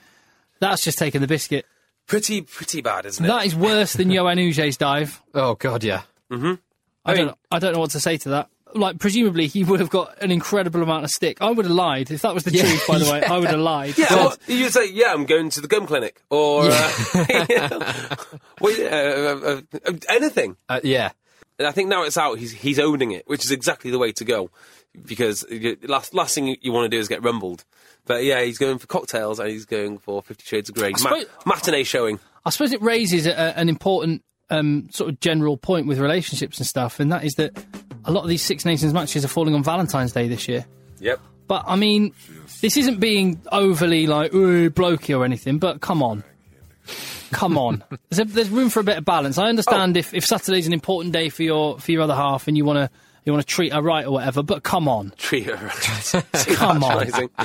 B: That's just taking the biscuit.
A: Pretty, pretty bad, isn't it?
B: That is worse
A: <laughs>
B: than Johan Uje's dive.
C: Oh, God, yeah.
B: I don't. I don't know what to say to that. Like, presumably, he would have got an incredible amount of stick. I would have lied if that was the truth. By the way, I would have
A: <laughs>
B: lied.
A: Yeah,
B: Well,
A: well, you say, yeah, I'm going to the gum clinic or <laughs> uh, well, yeah, uh, uh, uh, anything.
C: Uh, yeah.
A: And I think now it's out, he's he's owning it, which is exactly the way to go. Because you- last last thing you- you want to do is get rumbled. But yeah, he's going for cocktails and he's going for Fifty Shades of Grey. Ma-
B: suppose-
A: matinee showing.
B: I suppose it raises a, an important um, sort of general point with relationships and stuff, and that is that a lot of these Six Nations matches are falling on Valentine's Day this year.
A: Yep.
B: But I mean, this isn't being overly like "Ooh, blokey or anything, but come on. Come <laughs> on, there's, a, there's room for a bit of balance. I understand if, if Saturday's an important day for your for your other half and you want to you want to treat her right or whatever, but come on,
A: Tree arrives.
B: come on.
A: patronising. <laughs>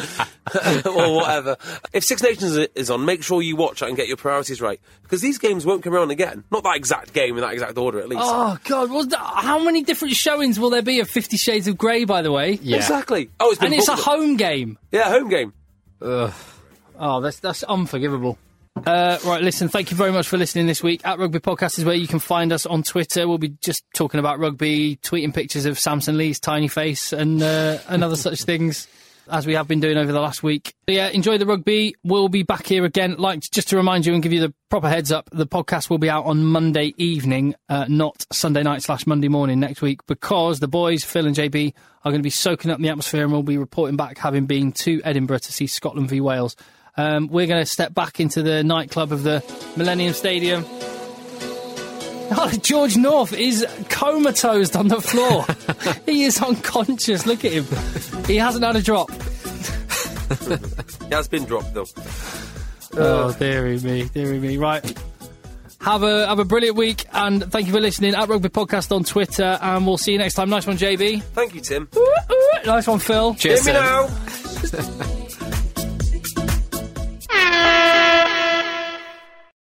A: or whatever. If Six Nations i- is on, make sure you watch it and get your priorities right because these games won't come around again. Not that exact game in that exact order, at least.
B: Oh God, was that, how many different showings will there be of Fifty Shades of Grey? By the way,
C: Yeah.
A: Exactly. Oh, it's been
B: and it's a
A: booked.
B: home game.
A: yeah home game.
B: Oh, that's that's unforgivable. Uh, right, listen, thank you very much for listening this week. At Rugby Podcast is where you can find us on Twitter. We'll be just talking about rugby, tweeting pictures of Samson Lee's tiny face and, uh, and other such things as we have been doing over the last week. But yeah, enjoy the rugby. We'll be back here again. Like, just to remind you and give you the proper heads up, the podcast will be out on Monday evening, uh, not Sunday night slash Monday morning next week, because the boys, Phil and JB, are going to be soaking up the atmosphere and we'll be reporting back having been to Edinburgh to see Scotland v Wales. Um, we're going to step back into the nightclub of the Millennium Stadium. <laughs> Oh, George North is comatose on the <laughs> floor. he is unconscious. Look at him. He hasn't had a drop.
A: It has been dropped though.
B: Oh, dearie me, dearie me. Right. Have a have a brilliant week, and thank you for listening at Rugby Podcast on Twitter, and we'll see you next time. Nice one, JB.
A: Thank you, Tim.
B: Nice one, Phil.
C: Cheers,
A: Hit me
C: Tim.
A: now.